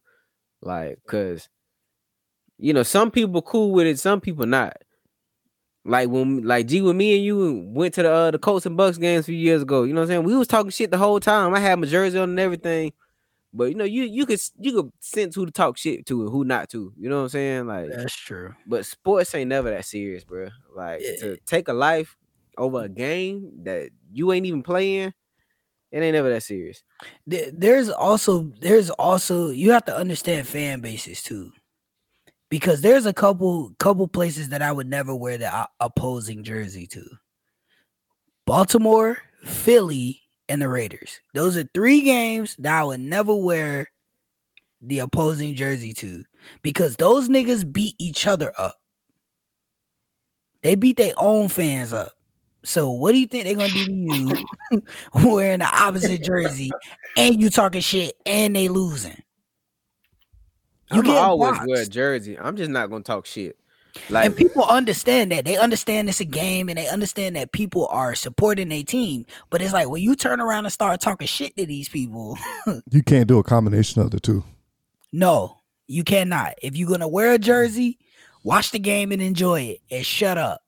S1: Like, cause you know, some people cool with it, some people not. Like when like G when me and you went to the uh, the Colts and Bucks games a few years ago, you know what I'm saying? We was talking shit the whole time. I had my jersey on and everything. But you know, you you could s- you could sense who to talk shit to and who not to. You know what I'm saying? Like
S2: That's true.
S1: But sports ain't never that serious, bro. Like
S2: Yeah.
S1: to take a life over a game that you ain't even playing, it ain't never that serious.
S2: There- There's also there's also you have to understand fan bases too, because there's a couple couple places that I would never wear the o- opposing jersey to. Baltimore, Philly, and the Raiders. Those are three games that I would never wear the opposing jersey to because those niggas beat each other up. They beat their own fans up. So what do you think they're gonna do to you wearing the opposite jersey and you talking shit and they losing?
S1: You can
S2: get
S1: always wear a
S2: boxed.
S1: jersey. I'm just not gonna talk shit. Like
S2: and people understand that. They understand it's a game and they understand that people are supporting their team. But it's like when you turn around and start talking shit to these people,
S3: You can't do a combination of the two.
S2: no, you cannot. If you're gonna wear a jersey, watch the game and enjoy it and shut up.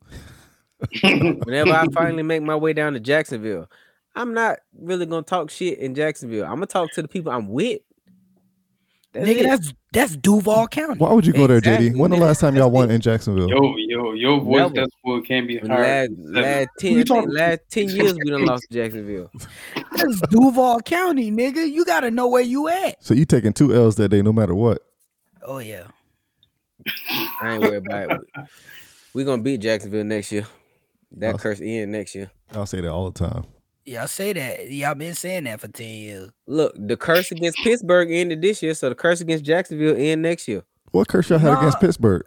S1: whenever I finally make my way down to Jacksonville, I'm not really gonna talk shit in Jacksonville. I'm gonna talk to the people I'm with. That's
S2: Nigga,
S1: it.
S2: that's that's Duval County.
S3: Why would you go there, JD?
S1: Exactly,
S3: When the
S1: nigga.
S3: last time y'all won in Jacksonville?
S4: Yo, yo, your voice
S1: Never.
S4: that's what can be
S1: When the last,
S4: heard.
S1: last
S4: Who you
S1: ten
S4: talking to?
S1: last ten years we done lost to Jacksonville.
S2: That's Duval County, nigga. You gotta know where you at.
S3: So you taking two L's that day, no matter what.
S2: Oh yeah.
S1: I ain't worried about it. We gonna beat Jacksonville next year. That
S3: Awesome.
S1: curse in next year.
S3: I'll say that all the time.
S2: Y'all say that. Y'all been saying that for 10 years.
S1: Look, the curse against Pittsburgh ended this year, so the curse against Jacksonville end next year.
S3: What curse y'all had
S2: Nah.
S3: against Pittsburgh?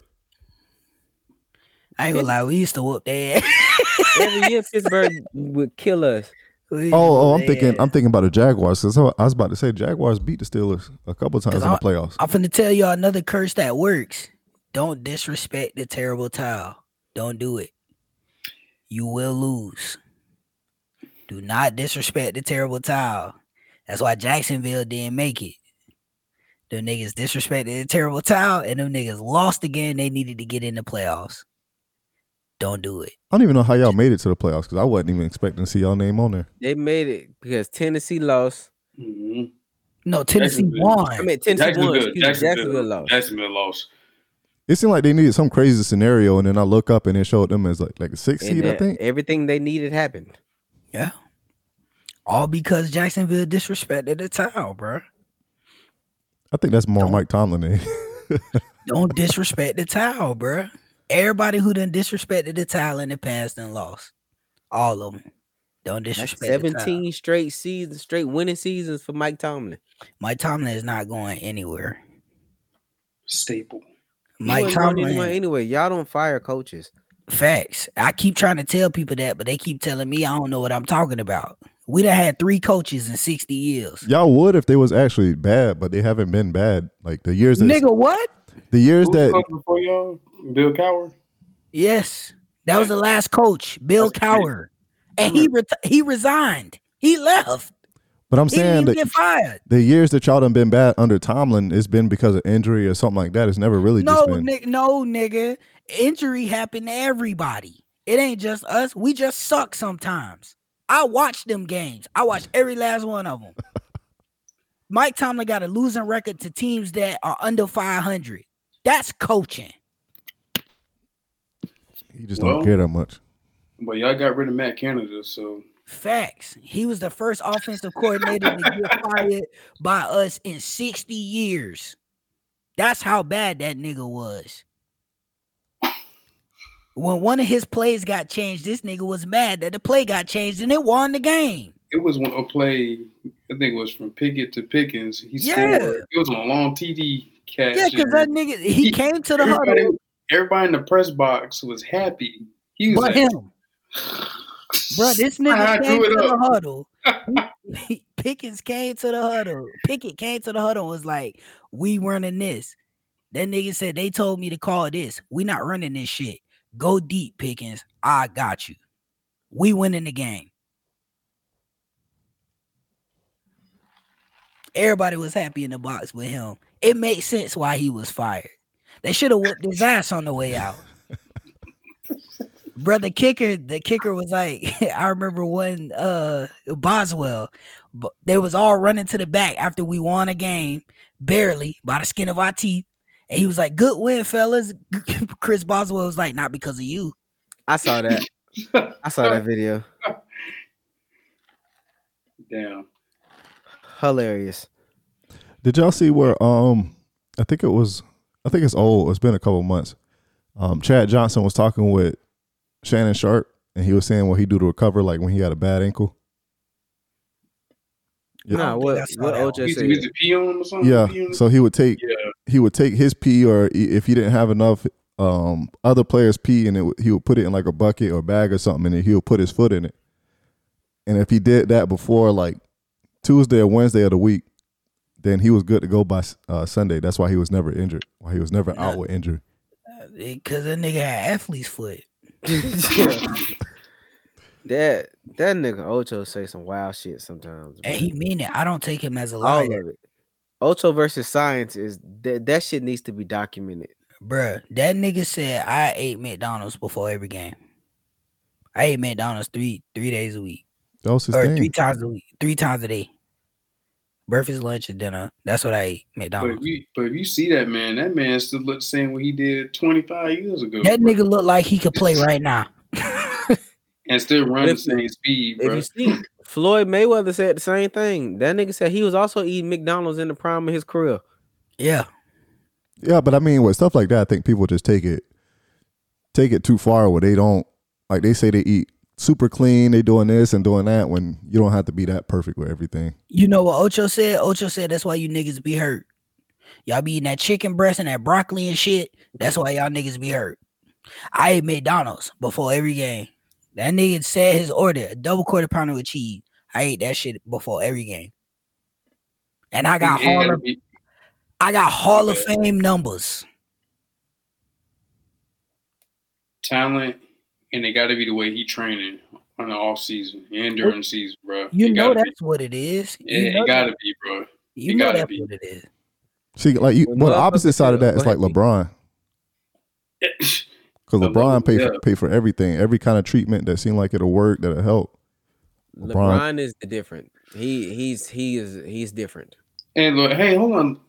S2: I ain't gonna lie, we used to whoop their ass.
S1: Every year Pittsburgh would kill us.
S2: We used to
S3: Oh,
S2: whoop
S3: oh, I'm
S2: their
S3: thinking,
S2: ass.
S3: I'm thinking about the Jaguars. Cause I was about to say Jaguars beat the Steelers a couple times in
S2: Cause
S3: the playoffs.
S2: I'm finna tell y'all another curse that works. Don't disrespect the terrible towel. Don't do it. You will lose. Do not disrespect the terrible towel. That's why Jacksonville didn't make it. Them niggas disrespected the terrible towel, and them niggas lost again. They needed to get in the playoffs. Don't do it.
S3: I don't even know how y'all made it to the playoffs because I wasn't even expecting to see y'all name on there.
S1: They made it because Tennessee lost.
S4: Mhm.
S2: No, Tennessee
S4: Jacksonville.
S2: won.
S1: I mean Tennessee won.
S4: Jacksonville,
S1: Excuse me, Jacksonville,
S4: Jacksonville
S1: lost.
S4: Jacksonville lost.
S3: It seemed like they needed some crazy scenario, and then I look up and it showed them as like like a six
S1: And
S3: seed, I
S1: that-
S3: think.
S1: everything they needed happened.
S2: Yeah. All because Jacksonville disrespected the towel, bruh.
S3: I think that's more Mike Tomlin. Than
S2: Don't disrespect the towel, bruh. Everybody who done disrespected the towel in the past and lost. All of them. Don't disrespect the towel.
S1: Seventeen straight seasons, straight winning seasons for Mike Tomlin.
S2: Mike Tomlin is not going anywhere.
S4: Staple.
S1: He
S2: Mike
S1: wasn't going anywhere
S2: Tomlin,
S1: anyway. Y'all don't fire coaches.
S2: facts. I keep trying to tell people that, but they keep telling me I don't know what I'm talking about. We done had three coaches in 60 years.
S3: y'all would if they was actually bad, but they haven't been bad. Like the years that
S2: Nigga, what?
S3: the years
S4: Who
S3: that
S4: was before y'all? Bill Cowher.
S2: Yes. That was the last coach, Bill
S4: That's crazy.
S2: Cowher. And he reti- he resigned. He left.
S3: but I'm
S2: He didn't
S3: saying
S2: even
S3: that
S2: get fired.
S3: the years that y'all done been bad under Tomlin, it's been because of injury or something like that. It's never really
S2: No,
S3: just been
S2: nigga, no, nigga. Injury happened to everybody. It ain't just us. We just suck sometimes. I watch them games. I watch every last one of them. Mike Tomlin got a losing record to teams that are under 500. That's coaching.
S3: you just
S4: Well-
S3: don't care that much.
S4: But y'all got rid of Matt Canada, so
S2: Facts. He was the first offensive coordinator to get fired by us in 60 years. That's how bad that nigga was. When one of his plays got changed, this nigga was mad that the play got changed and it won the game.
S4: it was one a play. I think it was from Pickett to Pickens. He
S2: Yeah.
S4: scored. It was on a long TD catch.
S2: Yeah, because
S4: and
S2: that nigga he
S4: He-
S2: came to the
S4: everybody,
S2: huddle,
S4: everybody in the press box was happy. He was
S2: but
S4: like,
S2: him. Bro, this nigga
S4: I
S2: came
S4: drew
S2: to
S4: it
S2: the
S4: up.
S2: huddle. He- Pickens came to the huddle. Pickett came to the huddle and was like, We running this. That nigga said they told me to call this. We not running this shit. Go deep, Pickens. I got you. We winning the game. Everybody was happy in the box with him. It makes sense why he was fired. They should have whooped his ass on the way out. Bro, the kicker, the kicker was like, I remember one uh Boswell. But they was all running to the back after we won a game, barely by the skin of our teeth. And he was like, Good win, fellas. Chris Boswell was like, Not because of you.
S1: I saw that. I saw that video.
S4: "Damn,
S1: Hilarious.
S3: Did y'all see where um I think it was I think it's old. It's been a couple months. Um Chad Johnson was talking with Shannon Sharp and he was saying what he do to recover like when he had a bad ankle.
S2: I
S3: Yeah.
S1: Nah,
S2: don't think I
S1: what
S2: saw
S1: what
S2: that one.
S1: OJ
S4: He's, he's
S1: said?
S4: a peon or something.
S3: Yeah.
S4: Peon?
S3: So he would take
S4: yeah.
S3: he would take his pee, or i- if he didn't have enough um, other players' pee, and it, would- he would put it in like a bucket or bag or something, and then he would put his foot in it. And if he did that before like Tuesday or Wednesday of the week, then he was good to go by s- uh, Sunday. That's why he was never injured. Why he was never out with injury.
S2: Because eh, that nigga had athlete's foot.
S1: that that nigga Ocho say some wild shit sometimes.
S2: And
S1: bruh.
S2: he mean it. I don't take him as a
S1: All
S2: liar.
S1: of it. Ocho versus science is that that shit needs to be documented.
S2: Bruh, that nigga said I ate McDonald's before every game. I ate McDonald's three three days a week.
S3: That was his
S2: or
S3: thing.
S2: three times a week. Three times a day. Breakfast, lunch, and dinner. That's what I ate.
S4: But
S2: McDonald's.
S4: if, you, but if you see that man, that man still looks the same way he did 25 years ago.
S2: That
S4: bro.
S2: nigga looked like he could play right now.
S4: and still run
S1: But
S4: the
S1: if-
S4: same speed,
S1: If
S4: bro.
S1: you see, Floyd Mayweather said the same thing. That nigga said he was also eating McDonald's in the prime of his career.
S2: yeah.
S3: Yeah, but I mean, with stuff like that, I think people just take it take it too far where they don't like they say they eat super clean, they doing this and doing that when you don't have to be that perfect with everything.
S2: You know what Ocho said? Ocho said that's why you niggas be hurt. Y'all be eating that chicken breast and that broccoli and shit. That's why y'all niggas be hurt. I ate McDonald's before every game. That nigga said his order, a double quarter pounder with cheese. I ate that shit before every game. And I got Hall of,
S4: he,
S2: I got Hall of Fame numbers.
S4: talent, and it got to be the way he training on the off season and during the season, bro.
S2: You
S4: it
S2: know
S4: gotta
S2: that's what it is.
S4: Be,
S2: you
S4: it,
S2: know, that,
S4: it gotta be, bro.
S2: you
S4: it
S2: know
S4: gotta
S2: that's
S4: be.
S2: what it is.
S3: See, like you,
S1: Well,
S3: well, the
S1: motherfucker,
S3: opposite side of
S1: yeah,
S3: that is
S1: go
S3: like
S1: ahead, Pete.
S3: LeBron, because
S4: I love
S3: LeBron
S4: him,
S3: paid for,
S4: yeah.
S3: paid for everything, every kind of treatment that seemed like it'll work, that'll help. LeBron.
S1: LeBron is the different. He he's he is he's different.
S4: and look, hey, hold on,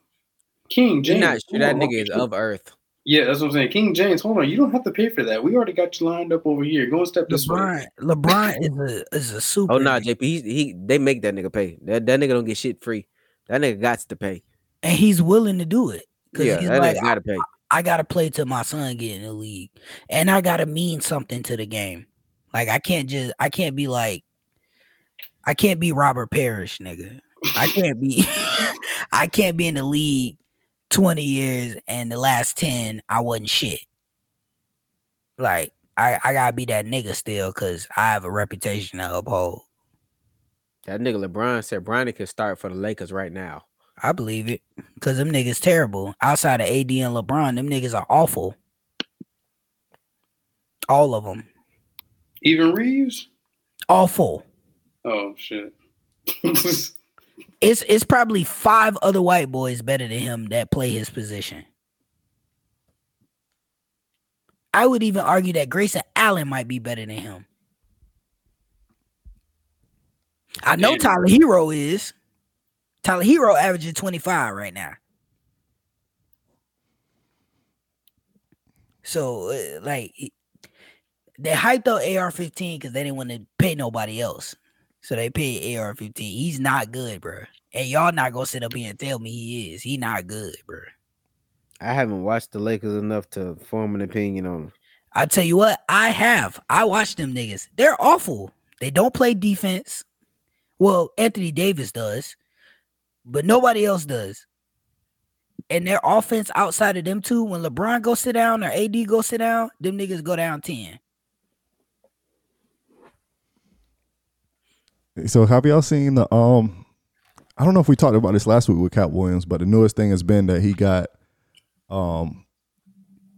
S4: King
S1: You're
S4: James.
S1: not sure
S4: hold
S1: that
S4: on.
S1: nigga is of earth.
S4: Yeah, that's what I'm saying. King James, hold on, you don't have to pay for that. We already got you lined up over here. Go and step this way.
S2: LeBron, LeBron is a is a super.
S1: Oh nah, JP, he, he they make that nigga pay. That that nigga don't get shit free. That nigga got to pay.
S2: and he's willing to do it. Cause
S1: Yeah,
S2: he's
S1: that
S2: like,
S1: nigga gotta pay.
S2: I gotta play till my son get in the league, and I gotta mean something to the game. Like I can't just, I can't be like, I can't be Robert Parrish, nigga. I can't be, I can't be in the league twenty years, and the last ten I wasn't shit. Like I, I gotta be that nigga still, cause I have a reputation to uphold.
S1: That nigga LeBron said Bronny could start for the Lakers right now.
S2: I believe it, cause them niggas terrible. Outside of AD and LeBron, them niggas are awful. All of them.
S4: Even Reeves?
S2: awful.
S4: Oh shit.
S2: It's it's probably five other white boys better than him that play his position. I would even argue that Grayson Allen might be better than him. I know
S4: Yeah.
S2: Tyler Hero is. Tyler Hero averaging 25 right now. So uh, like he- they hyped up AR-15 because they didn't want to pay nobody else. So they paid AR-15. He's not good, bro. And y'all not gonna sit up here and tell me he is. He not good, bro.
S1: I haven't watched the Lakers enough to form an opinion on him.
S2: I tell you what, I have. I watched them niggas. They're awful. They don't play defense. Well, Anthony Davis does, but nobody else does. And their offense outside of them two, when LeBron go sit down or AD go sit down, them niggas go down 10.
S3: So have y'all seen the um? I don't know if we talked about this last week with Cat Williams, but the newest thing has been that he got um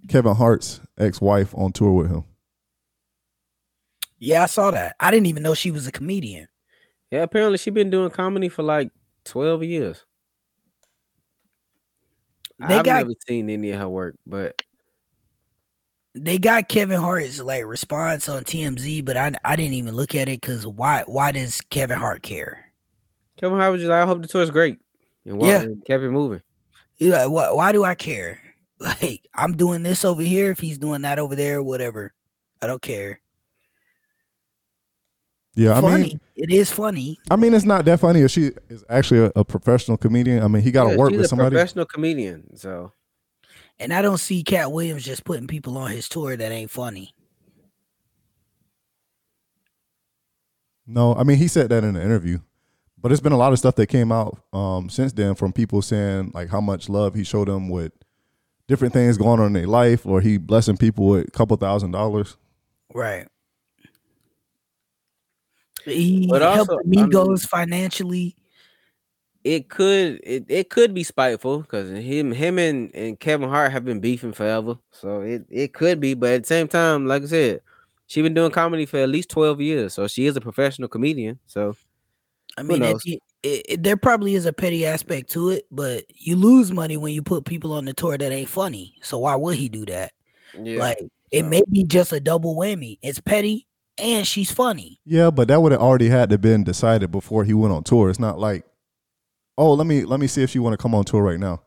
S3: Kevin Hart's ex wife on tour with him.
S2: Yeah, I saw that. I didn't even know she was a comedian.
S1: Yeah, apparently she been doing comedy for like twelve years.
S2: They
S1: I've
S2: got-
S1: never seen any of her work, but
S2: They got Kevin Hart's like response on TMZ, but I I didn't even look at it because why why does Kevin Hart care?
S1: Kevin Hart was just like, I hope the tour's great. And walked,
S2: Yeah.
S1: and kept it moving.
S2: You're like, why, why do I care? Like, I'm doing this over here. If he's doing that over there, whatever. I don't care.
S3: Yeah, I
S2: funny.
S3: mean,
S2: it is funny.
S3: I mean, it's not that funny if she is actually a, a professional comedian. I mean, he got to
S1: Yeah,
S3: work
S1: she's
S3: with
S1: a
S3: somebody.
S1: professional comedian. So
S2: And I don't see Cat Williams just putting people on his tour that ain't funny.
S3: No, I mean, he said that in an interview. But it's been a lot of stuff that came out um, since then from people saying like how much love he showed them with different things going on in their life, or he blessing people with a couple thousand dollars.
S2: Right. He
S1: But
S2: helped
S1: also, I mean-
S2: Migos financially.
S1: It could it, it could be spiteful because him him and, and Kevin Hart have been beefing forever. So it, it could be, but at the same time, like I said, she been doing comedy for at least 12 years. So she is a professional comedian. So
S2: I
S1: Who
S2: mean, at
S1: knows?
S2: the- it, it, there probably is a petty aspect to it, but you lose money when you put people on the tour that ain't funny. So why would he do that?
S1: yeah.
S2: Like, it may be just a double whammy. It's petty and she's funny.
S3: Yeah, but that would have already had to been decided before he went on tour. It's not like, oh, let me let me see if she want to come on tour right now.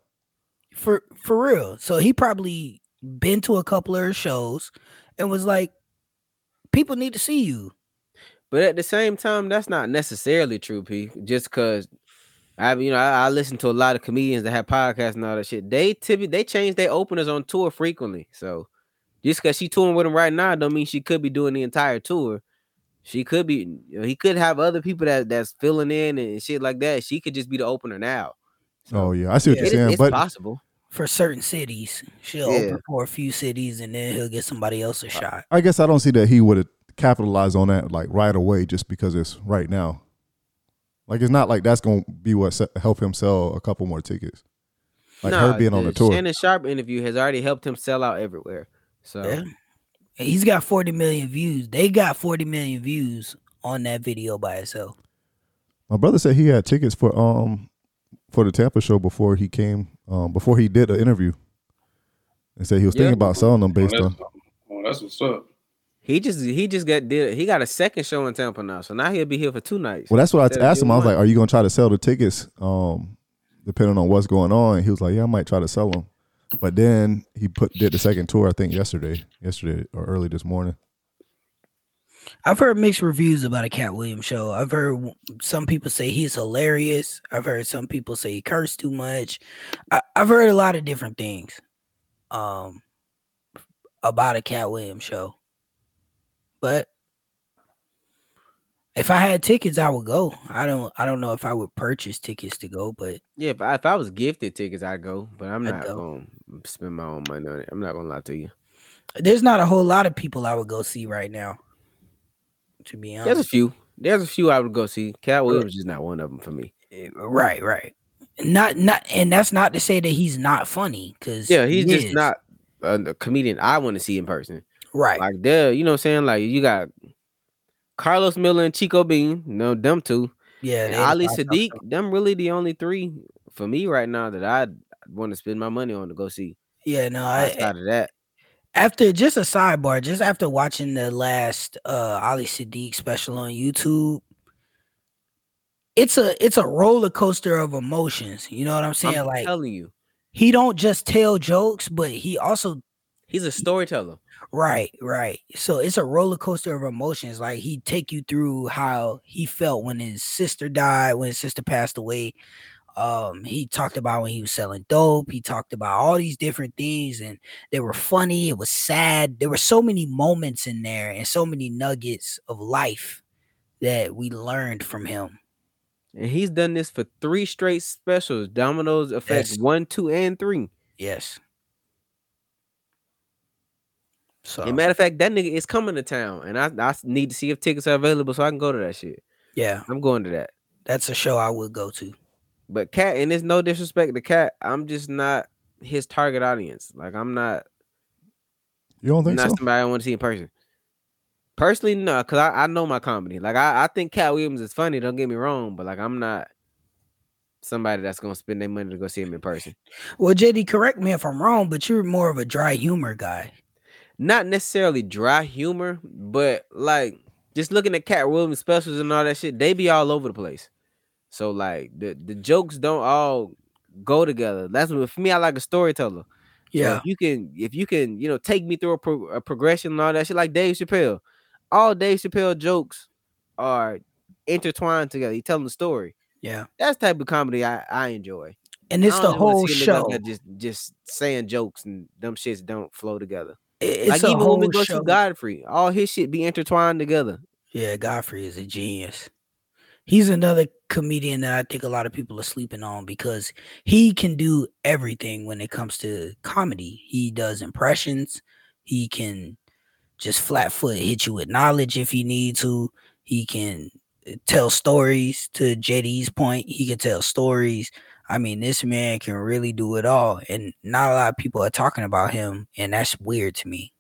S2: For for real. So he probably been to a couple of her shows and was like, people need to see you.
S1: But at the same time, that's not necessarily true, P. Just because I, you know, I, I listen to a lot of comedians that have podcasts and all that shit. They typically they change their openers on tour frequently. So just because she touring with him right now, don't mean she could be doing the entire tour. She could be, you know, he could have other people that that's filling in and shit like that. She could just be the opener now.
S3: Oh yeah, I see what
S1: It
S3: you're
S1: is-
S3: saying,
S1: it's
S3: but
S1: possible.
S2: For certain cities, she'll
S1: Yeah.
S2: open for a few cities and then he'll get somebody else a shot.
S3: I guess I don't see that he would have capitalized on that like right away just because it's right now. Like it's not like that's gonna be what se- help him sell a couple more tickets. Like her
S1: Nah,
S3: being on
S1: the
S3: the tour.
S1: Shannon Sharp interview has already helped him sell out everywhere. So
S2: Yeah. And He's got 40 million views. They got 40 million views on that video by itself.
S3: My brother said he had tickets for um for the Tampa show before he came um before he did an interview, and said he was
S1: Yeah.
S3: thinking about selling them
S4: Oh,
S3: based
S4: that's,
S3: on.
S4: oh, that's what's up.
S1: He just he just got did he got a second show in Tampa now, so now he'll be here for two nights.
S3: Well, that's what
S1: Instead
S3: I
S1: of
S3: asked him.
S1: doing
S3: I was
S1: one.
S3: like, "Are you gonna try to sell the tickets?" Um, depending on what's going on, And he was like, "Yeah, I might try to sell them." But then he put did the second tour. I think yesterday, yesterday or early this morning.
S2: I've heard mixed reviews about a Cat Williams show. I've heard w- some people say he's hilarious. I've heard some people say he cursed too much. I, I've heard a lot of different things um, about a Cat Williams show. But if I had tickets, I would go. I don't. I don't know if I would purchase tickets to go, but
S1: yeah, if I, if I was gifted tickets, I'd go, but I'm
S2: I'd
S1: not
S2: go.
S1: gonna spend my own money on it. I'm not gonna lie to you.
S2: there's not a whole lot of people I would go see right now. To be honest,
S1: There's a few. There's a few I would go see. Cat Williams is not one of them for me.
S2: Eh, Right, right. Not not and that's not to say that he's not funny cuz
S1: Yeah, he's just not a, a comedian I want to see in person.
S2: right.
S1: Like there, you know what I'm saying? Like you got Carlos Miller and Chico Bean, no them two,
S2: yeah,
S1: and
S2: they-
S1: Ali
S2: I- I-
S1: Sadiq. Them really the only three for me right now that I want to spend my money on to go see.
S2: Yeah, no. I,
S1: Outside of that,
S2: after just a sidebar, just after watching the last uh Ali Sadiq special on YouTube, it's a it's a roller coaster of emotions. You know what I'm saying?
S1: I'm
S2: like
S1: telling you,
S2: he don't just tell jokes, but he also
S1: he's a storyteller.
S2: Right, right. So it's a roller coaster of emotions. Like he take you through how he felt when his sister died, when his sister passed away. Um, he talked about when he was selling dope. He talked about all these different things, and they were funny. It was sad. There were so many moments in there, and so many nuggets of life that we learned from him.
S1: And he's done this for three straight specials. Domino's effect
S2: Yes.
S1: one, two, and three.
S2: Yes. So
S1: And matter of fact, that nigga is coming to town, and I, I need to see if tickets are available so I can go to that shit.
S2: yeah,
S1: I'm going to that.
S2: that's a show I would go to.
S1: But Cat, and it's no disrespect to Cat, I'm just not his target audience. Like I'm not
S3: You don't think
S1: not
S3: so?
S1: somebody I want to see in person. Personally, no, because I, I know my comedy. Like I, I think Cat Williams is funny. Don't get me wrong, but like I'm not somebody that's gonna spend their money to go see him in person.
S2: Well, JD, correct me if I'm wrong, but you're more of a dry humor guy.
S1: not necessarily dry humor, but like just looking at Cat Williams specials and all that shit, they be all over the place. So like the the jokes don't all go together. That's what for me. I like a storyteller. So if you can if you can you know take me through a, pro- a progression and all that shit, like Dave Chappelle. All Dave Chappelle jokes are intertwined together. He telling the story.
S2: yeah.
S1: That's the type of comedy I, I enjoy.
S2: And it's
S1: I
S2: the
S1: don't wanna
S2: whole
S1: see a nigga
S2: show.
S1: out there Just just saying jokes and dumb shits don't flow together
S2: I- It's
S1: like
S2: a
S1: even when we
S2: whole
S1: go
S2: show.
S1: to Godfrey, all his shit be intertwined together.
S2: yeah, Godfrey is a genius. He's another comedian that I think a lot of people are sleeping on because he can do everything when it comes to comedy. He does impressions. He can just flat foot hit you with knowledge if he need to. He can eh, tell stories to JD's point. He can tell stories. I mean, this man can really do it all. And not a lot of people are talking about him. And that's weird to me.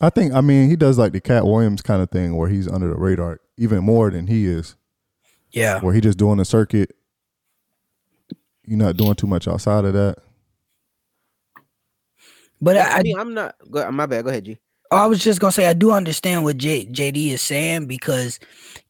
S3: I think I mean he does like the Cat Williams kind of thing where he's under the radar even more than he is.
S2: Yeah.
S3: Where he just doing the circuit. You're not doing too much outside of that.
S2: But I,
S1: I,
S2: I
S1: mean, I'm not. Go, my bad. Go ahead, G.
S2: Oh, I was just gonna say I do understand what J- JD is saying because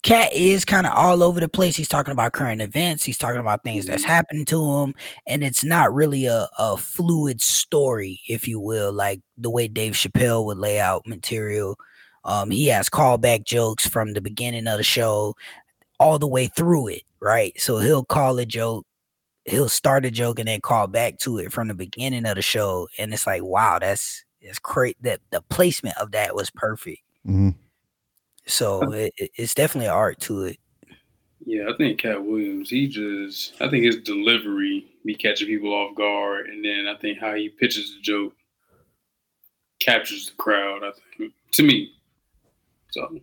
S2: Cat is kind of all over the place. He's talking about current events. He's talking about things that's happened to him, and it's not really a, a fluid story, if you will, like the way Dave Chappelle would lay out material. Um, he has callback jokes from the beginning of the show all the way through it, right? So he'll call a joke, he'll start a joke, and then call back to it from the beginning of the show, and it's like, wow, that's it's great that the placement of that was perfect.
S3: hmm
S2: So it, it- it's definitely an art to it.
S4: Yeah, I think Cat Williams, he just, I think his delivery be catching people off guard. And then I think how he pitches the joke captures the crowd, I think, to me. So,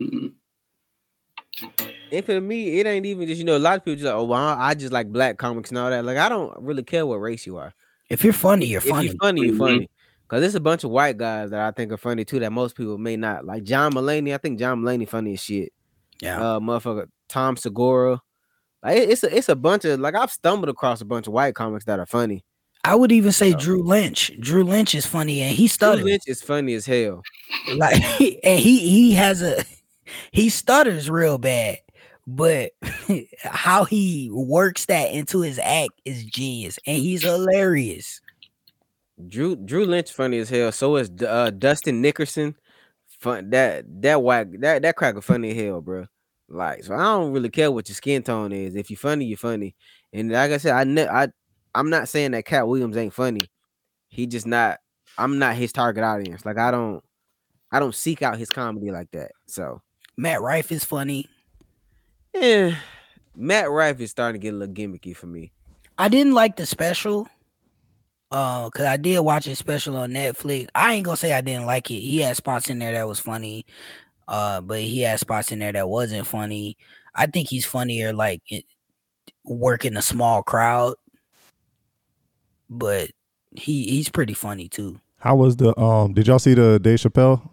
S4: mm,
S1: And for me, it ain't even just you know a lot of people just like, oh, well, I just like black comics and all that. Like I don't really care what race you are.
S2: If you're funny, you're
S1: If
S2: funny.
S1: you're funny, you're
S4: Mhm.
S1: funny. Cause there's a bunch of white guys that I think are funny too that most people may not like. John Mulaney, I think John Mulaney funny as shit.
S2: yeah.
S1: Uh, motherfucker, Tom Segura. Like it- it's a it's a bunch of like I've stumbled across a bunch of white comics that are funny.
S2: I would even say
S1: uh,
S2: Drew Lynch. Drew Lynch is funny and he
S1: Dude
S2: stutters.
S1: Lynch is funny as hell.
S2: Like and he he has a he stutters real bad. But how he works that into his act is genius and he's hilarious.
S1: Drew Drew Lynch funny as hell. So is D- uh, Dustin Nickerson. Fun that that whack that that cracker funny as hell, bro. Like so, I don't really care what your skin tone is. If you funny, you funny. And like I said, I ne- I I'm not saying that Cat Williams ain't funny. He just not. I'm not his target audience. Like I don't I don't seek out his comedy like that. So
S2: Matt Rife is funny.
S1: yeah, Matt Rife is starting to get a little gimmicky for me.
S2: I didn't like the special. Uh, cause I did watch his special on Netflix. I ain't gonna say I didn't like it. He had spots in there that was funny, uh, but he had spots in there that wasn't funny. I think he's funnier like it, working a small crowd, but he he's pretty funny too.
S3: How was the um? Did y'all see the Dave Chappelle?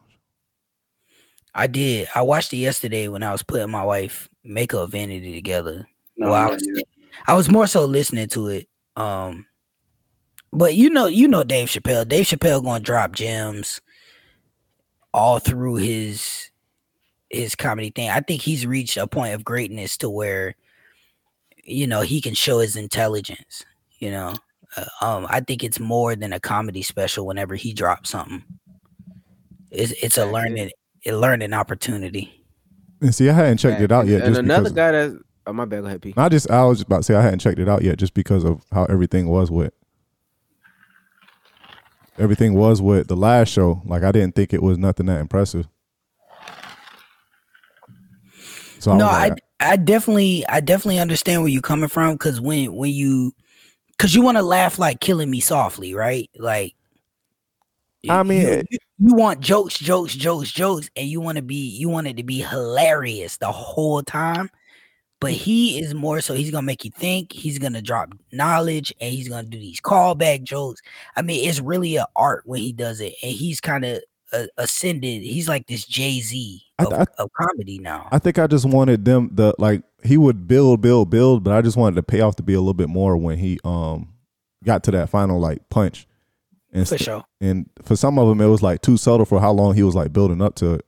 S2: I did. I watched it yesterday when I was putting my wife makeup vanity together.
S4: no,
S2: Wow.
S4: not yet.
S2: I was more so listening to it. Um but you know, you know Dave Chappelle. Dave Chappelle gonna drop gems all through his his comedy thing. I think he's reached a point of greatness to where you know he can show his intelligence. You know, Uh, um, I think it's more than a comedy special. Whenever he drops something, it's it's a
S1: Exactly.
S2: learning a learning opportunity.
S3: And see, I hadn't checked it out yet.
S1: And
S3: Just
S1: another
S3: because,
S1: guy that oh my bad, go ahead, P.
S3: Not just I was just about to say I hadn't checked it out yet, just because of how everything was with. Everything was with the last show. Like I didn't think it was nothing that impressive. So I
S2: no,
S3: was like,
S2: I I definitely I definitely understand where you're coming from because when when you because you want to laugh like killing me softly, right? Like
S3: I
S2: you-
S3: mean,
S2: you-
S3: it-
S2: you, you want jokes, jokes, jokes, jokes, and you want to be you want it to be hilarious the whole time. But he is more so he's gonna make you think, he's gonna drop knowledge, and he's gonna do these callback jokes. I mean, it's really an art when he does it, and he's kind of uh, ascended. He's like this Jay Z
S3: I-
S2: of,
S3: I-
S2: of comedy now.
S3: I think I just wanted them the like he would build, build, build, but I just wanted the payoff to be a little bit more when he um got to that final like punch. And
S2: for
S3: st-
S2: sure.
S3: and for some of them, it was like too subtle for how long he was like building up to it.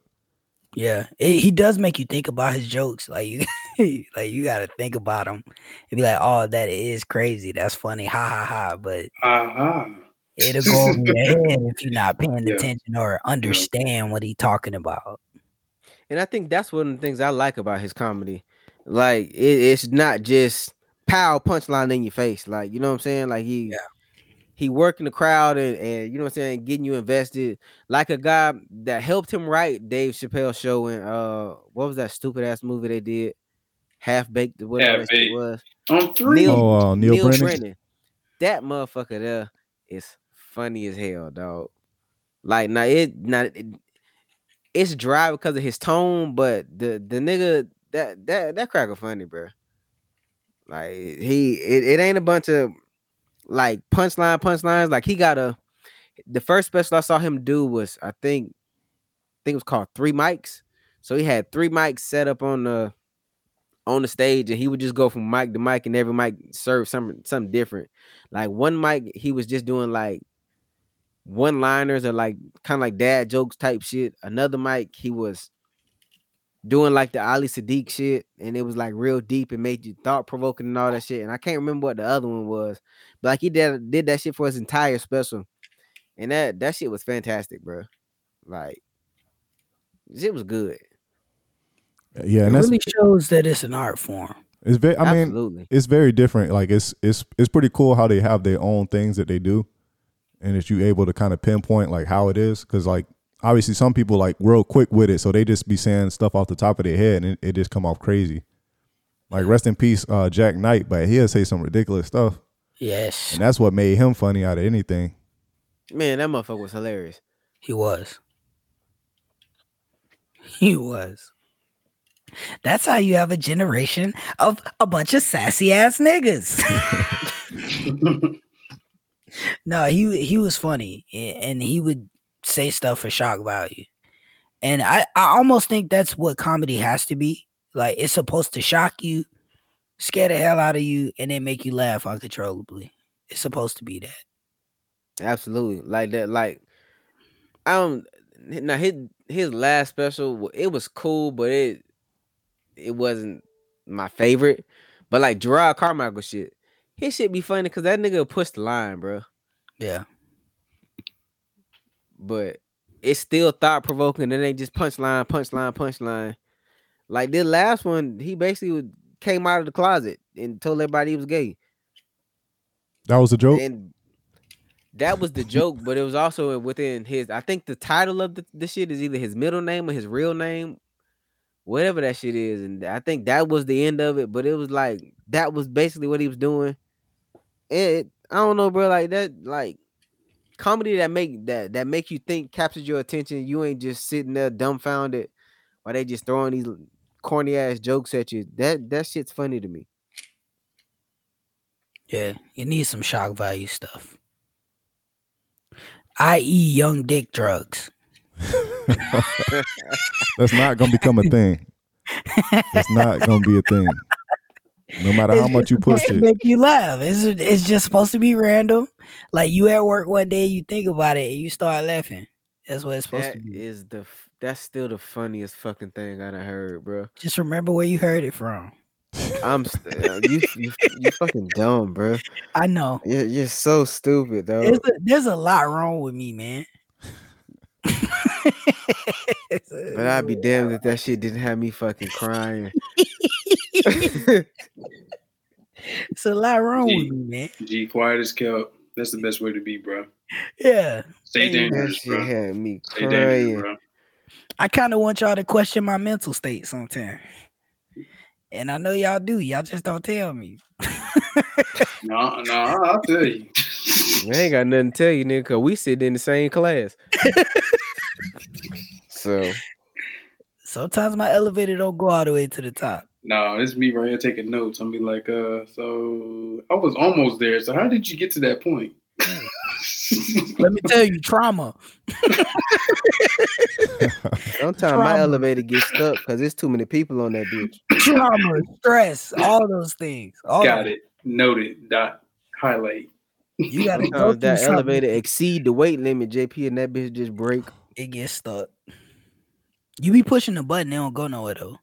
S2: Yeah, it, he does make you think about his jokes. Like you, like you got to think about them and be like, "Oh, that is crazy. That's funny. Ha ha ha." But
S4: Aha.
S2: it'll go over your head if you're not paying
S4: Yeah.
S2: attention or understand what he's talking about.
S1: And I think that's one of the things I like about his comedy. Like it, it's not just pow punchline in your face. Like you know what I'm saying? Like he
S2: Yeah.
S1: he working the crowd and, and you know what I'm saying, getting you invested. Like a guy that helped him write Dave Chappelle show and uh what was that stupid ass movie they did? half baked, whatever that shit
S4: Half-Baked.
S1: was.
S4: On three.
S1: Neil-
S3: Oh, uh, Neil,
S1: Neil
S3: Brennan.
S1: Brennan. That motherfucker there is funny as hell, dog. Like now it now it, it's dry because of his tone, but the the nigga that that that cracker funny, bro. Like he it, it ain't a bunch of like punchline punchlines. Like he got a the first special I saw him do was I think I think it was called Three Mics. So he had three mics set up on the on the stage and he would just go from mic to mic and every mic served something something different. Like one mic, he was just doing like one liners or like kind of like dad jokes type shit. Another mic, he was doing like the Ali Sadiq shit and it was like real deep and made you thought provoking and all that shit. And I can't remember what the other one was, but like he did did that shit for his entire special. And that that shit was fantastic, bro. Like shit was good.
S3: Yeah,
S2: It
S3: and that's
S2: really shows that it's an art form.
S3: it's very. I mean,
S1: Absolutely.
S3: it's very different. Like it's it's it's pretty cool how they have their own things that they do, and that you able to kind of pinpoint like how it is because like obviously some people like real quick with it, so they just be saying stuff off the top of their head and it, it just come off crazy. Like rest in peace, uh, Jack Knight, but he'll say some ridiculous stuff,
S2: Yes,
S3: and that's what made him funny out of anything.
S1: Man, that motherfucker was hilarious.
S2: he was. He was. That's how you have a generation of a bunch of sassy ass niggas. no, he he was funny a- and he would say stuff for shock value. And I, I almost think that's what comedy has to be. Like it's supposed to shock you, scare the hell out of you, and then make you laugh uncontrollably. It's supposed to be that.
S1: Absolutely. Like that, like I don't now his his last special wa- it was cool, but it it wasn't my favorite. But like Gerard Carmichael shit, his shit be funny because that nigga pushed the line, bro.
S2: Yeah.
S1: But it's still thought provoking. It ain't just punchline, punchline, punchline. Like this last one, he basically was- came out of the closet and told everybody he was gay.
S3: That was a joke.
S1: and that was the joke, but it was also within his. I think the title of the, the shit is either his middle name or his real name, whatever that shit is. And I think that was the end of it. But it was like that was basically what he was doing. It, I don't know, bro. Like that, like comedy that make that that make you think captures your attention. You ain't just sitting there dumbfounded while they just throwing these corny ass jokes at you. That that shit's funny to me.
S2: Yeah, you need some shock value stuff. I.e. young dick drugs.
S3: That's not gonna become a thing. It's not gonna be a thing. No matter how
S2: It's
S3: much you
S2: supposed
S3: push
S2: to
S3: it.
S2: Make you laugh. It's, it's just supposed to be random. Like you at work one day, you think about it, and you start laughing. That's what it's supposed
S1: That
S2: to be.
S1: is the f- that's still the funniest fucking thing I done heard, bro.
S2: Just remember where you heard it from.
S1: I'm st- uh, you, you you fucking dumb, bro.
S2: I know.
S1: You're, you're so stupid, though.
S2: There's a, there's a lot wrong with me, man.
S1: But I'd be damned if that shit didn't have me fucking crying.
S2: It's a lot wrong
S4: Gee.
S2: with me, man.
S4: G, quiet as kept. That's the best way to be, bro.
S2: Yeah. Hey,
S4: Stay
S1: that
S4: dangerous,
S1: shit
S4: bro.
S1: had me
S4: Stay dangerous,
S1: crying.
S4: bro.
S2: I kind of want y'all to question my mental state sometime. And I know y'all do. Y'all just don't tell me.
S4: No, no, I'll tell you.
S1: I ain't got nothing to tell you, nigga, cause we sit in the same class. so
S2: Sometimes my elevator don't go all the way to the top.
S4: No, it's me right here taking notes. I'm be like, uh, so I was almost there. So how did you get to that point?
S2: Let me tell you, trauma.
S1: sometimes my
S2: Trauma.
S1: elevator gets stuck because there's too many people on that bitch.
S2: Trauma, stress, all those things. All
S4: Got
S2: of
S4: it. Noted. Dot. Highlight.
S2: You
S1: Sometimes
S2: gotta go through
S1: Oh, that
S2: something.
S1: elevator exceed the weight limit, JP, and that bitch just break.
S2: It gets stuck. You be pushing the button, it don't go nowhere though.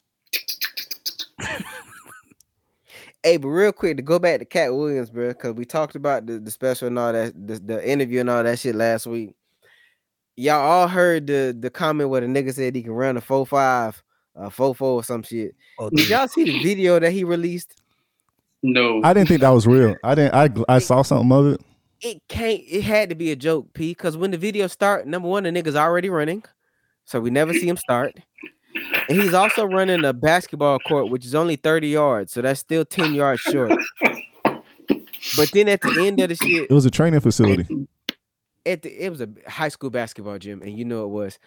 S1: Hey, but real quick to go back to Cat Williams, bro, because we talked about the, the special and all that, the, the interview and all that shit last week. Y'all all heard the the comment where the nigga said he can run a four five, uh, four four or some shit.
S2: Oh,
S1: Did y'all see the video that he released?
S4: No.
S3: I didn't think that was real. I didn't. I I saw something of it.
S1: It can't. It had to be a joke, P. Because when the video start, number one, the nigga's already running, so we never see him start. And he's also running a basketball court, which is only 30 yards. So that's still 10 yards short. But then at the end of the shit,
S3: It was a training facility.
S1: at the, it was a high school basketball gym, and you know it was.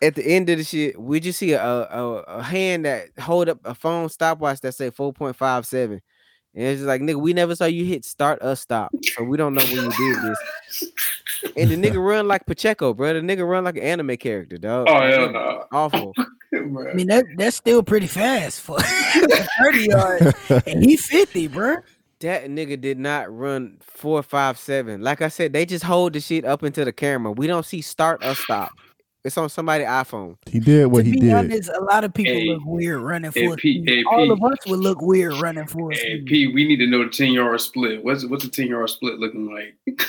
S1: At the end of the shit, we just see a, a, a hand that hold up a phone stopwatch that say 4.57. And it's just like, nigga, we never saw you hit start or stop. So we don't know when you did this. And the nigga run like Pacheco, bro. The nigga run like an anime character, dog.
S4: Oh hell no,
S1: Awful.
S2: I mean, that that's still pretty fast for 30 yards. And he 50, bro.
S1: That nigga did not run four, five, seven. Like I said, they just hold the shit up into the camera. We don't see start or stop. It's on somebody's iPhone.
S3: He did what
S2: to
S3: he
S2: be
S3: did.
S2: honest, a lot of people
S4: Hey,
S2: look weird running
S4: hey,
S2: for
S4: P- hey,
S2: All
S4: P.
S2: of us would look weird running for us.
S4: Hey P, we need to know the ten yard split. What's what's a ten yard split looking like?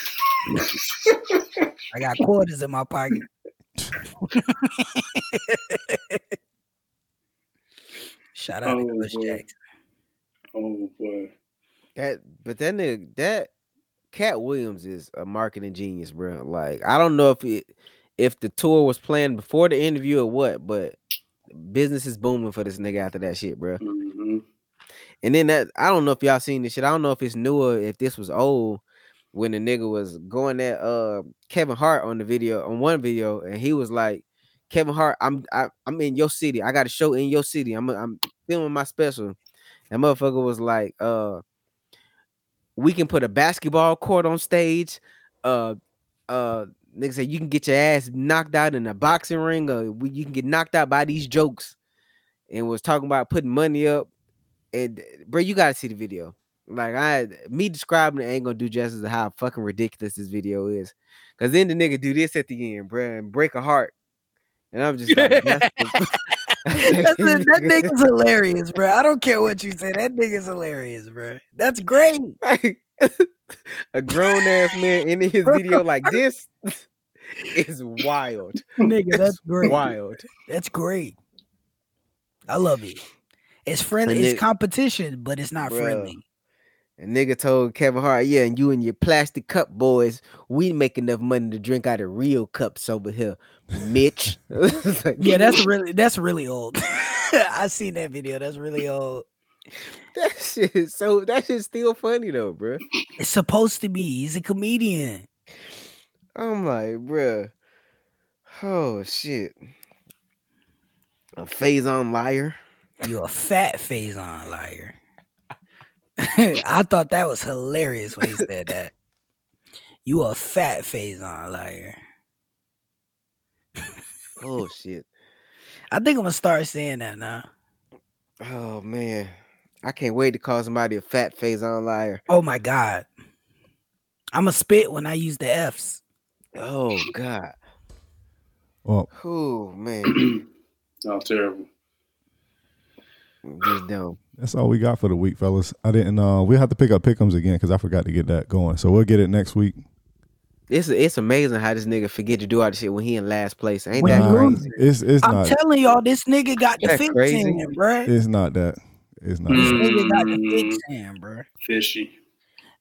S2: I got quarters in my pocket. Shout out to
S4: Oh,
S2: Bush
S4: boy.
S2: Jackson.
S4: oh boy,
S1: That but that nigga that Cat Williams is a marketing genius, bro. Like I don't know if it if the tour was planned before the interview or what, but business is booming for this nigga after that shit, bro.
S4: Mhm.
S1: And then that I don't know if y'all seen this shit. I don't know if it's newer, if this was old when the nigga was going at uh Kevin Hart on the video on one video, and he was like, Kevin Hart, I'm I, I'm in your city. I got a show in your city. I'm I'm filming my special. That motherfucker was like, uh, we can put a basketball court on stage. Uh, uh, nigga said you can get your ass knocked out in a boxing ring, or we- you can get knocked out by these jokes. And was talking about putting money up and bro, you gotta see the video. Like I, me describing it ain't gonna do justice to how fucking ridiculous this video is. Cause then the nigga do this at the end, bro, and break a heart. And I'm just like, that's the-
S2: That's it, that nigga's hilarious, bro. I don't care what you say. That nigga's hilarious, bro. That's great.
S1: Like, a grown ass man in his video like this is wild,
S2: Nigga, that's great.
S1: wild.
S2: That's great. I love it. It's friendly.
S1: And
S2: It's
S1: it-
S2: competition, but it's not
S1: Bruh.
S2: friendly.
S1: And nigga told Kevin Hart, yeah, and you and your plastic cup boys, we make enough money to drink out of real cups over here, Mitch. It's like,
S2: Yeah, that's really that's really old. I seen that video. That's really old.
S1: That shit is so that shit's still funny though, bro.
S2: It's supposed to be. He's a comedian.
S1: I'm like, bruh. Oh shit. A phase on liar.
S2: You a fat phase on liar. I thought that was hilarious when he said that. You a fat phase on liar.
S1: Oh shit.
S2: I think I'm gonna start saying that now.
S1: Oh man. I can't wait to call somebody a fat phase on liar.
S2: Oh my god. I'm a spit when I use the F's.
S1: Oh god.
S3: Well,
S1: Oh man.
S4: oh terrible.
S1: Mm, Just dumb.
S3: that's all we got for the week, fellas. I didn't. Uh, we will have to pick up pickums again because I forgot to get that going. So we'll get it next week.
S1: It's it's amazing how this nigga forget to do all this shit when he in last place. Ain't
S2: When
S1: that
S2: you
S1: crazy?
S2: lose-
S3: It's it's
S2: I'm
S3: not.
S2: telling y'all, this nigga got the
S1: That
S2: fix
S1: crazy.
S2: in, bruh.
S3: it's not that. It's not.
S2: This
S3: that.
S2: nigga got the
S4: Mm.
S2: fix in, bruh.
S4: Fishy.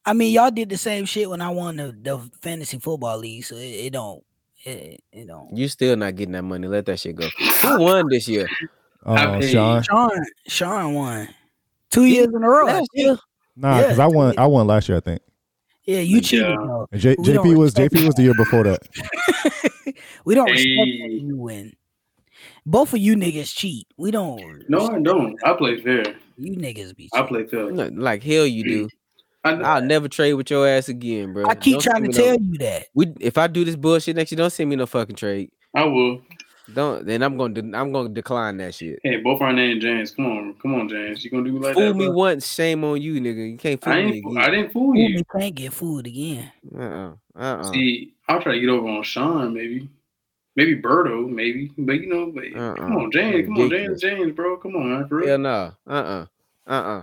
S2: I mean, y'all did the same shit when I won the, the fantasy football league, so it, it don't, it, it don't.
S1: You still not getting that money. Let that shit go. Who won this year?
S3: Uh, Sean.
S2: Sean, Sean won two years in a row.
S1: Last year?
S3: Nah, because I won. I won last year, I think.
S2: Yeah, you cheated.
S4: Yeah.
S2: though.
S3: And J-
S2: We don't
S3: JP was
S2: respect
S3: JP was the year before that.
S2: we don't respect
S4: Hey.
S2: when you win. Both of you niggas cheat. We don't.
S4: No, I don't. I play fair.
S2: you niggas be.
S4: I
S2: cheating.
S4: play fair.
S1: No, Like hell you do.
S4: I know.
S1: I'll never trade with your ass again, bro.
S2: I keep
S1: Don't
S2: trying
S1: send me
S2: to
S1: no-
S2: tell you that.
S1: we if I do this bullshit next year, don't send me no fucking trade.
S4: I will.
S1: Don't then I'm gonna de- I'm gonna decline that shit.
S4: Hey, both our name James. Come on, come on, James. You gonna do me like
S1: Fool
S4: that?
S1: me
S4: bro?
S1: once, shame on you, nigga. You can't fool
S4: I
S1: me
S4: ain't. fool- I
S1: again.
S4: didn't fool
S2: Ooh,
S4: you.
S2: we can't get fooled again.
S1: Uh uh-uh, uh uh
S4: See, I'll try to get over on Sean, maybe, maybe Birdo, maybe, but you know, but come
S1: Uh-uh.
S4: on, James, come on,
S1: Ridiculous.
S4: James, James, bro, come on, man, for real.
S1: Hell no. Uh uh. Uh uh.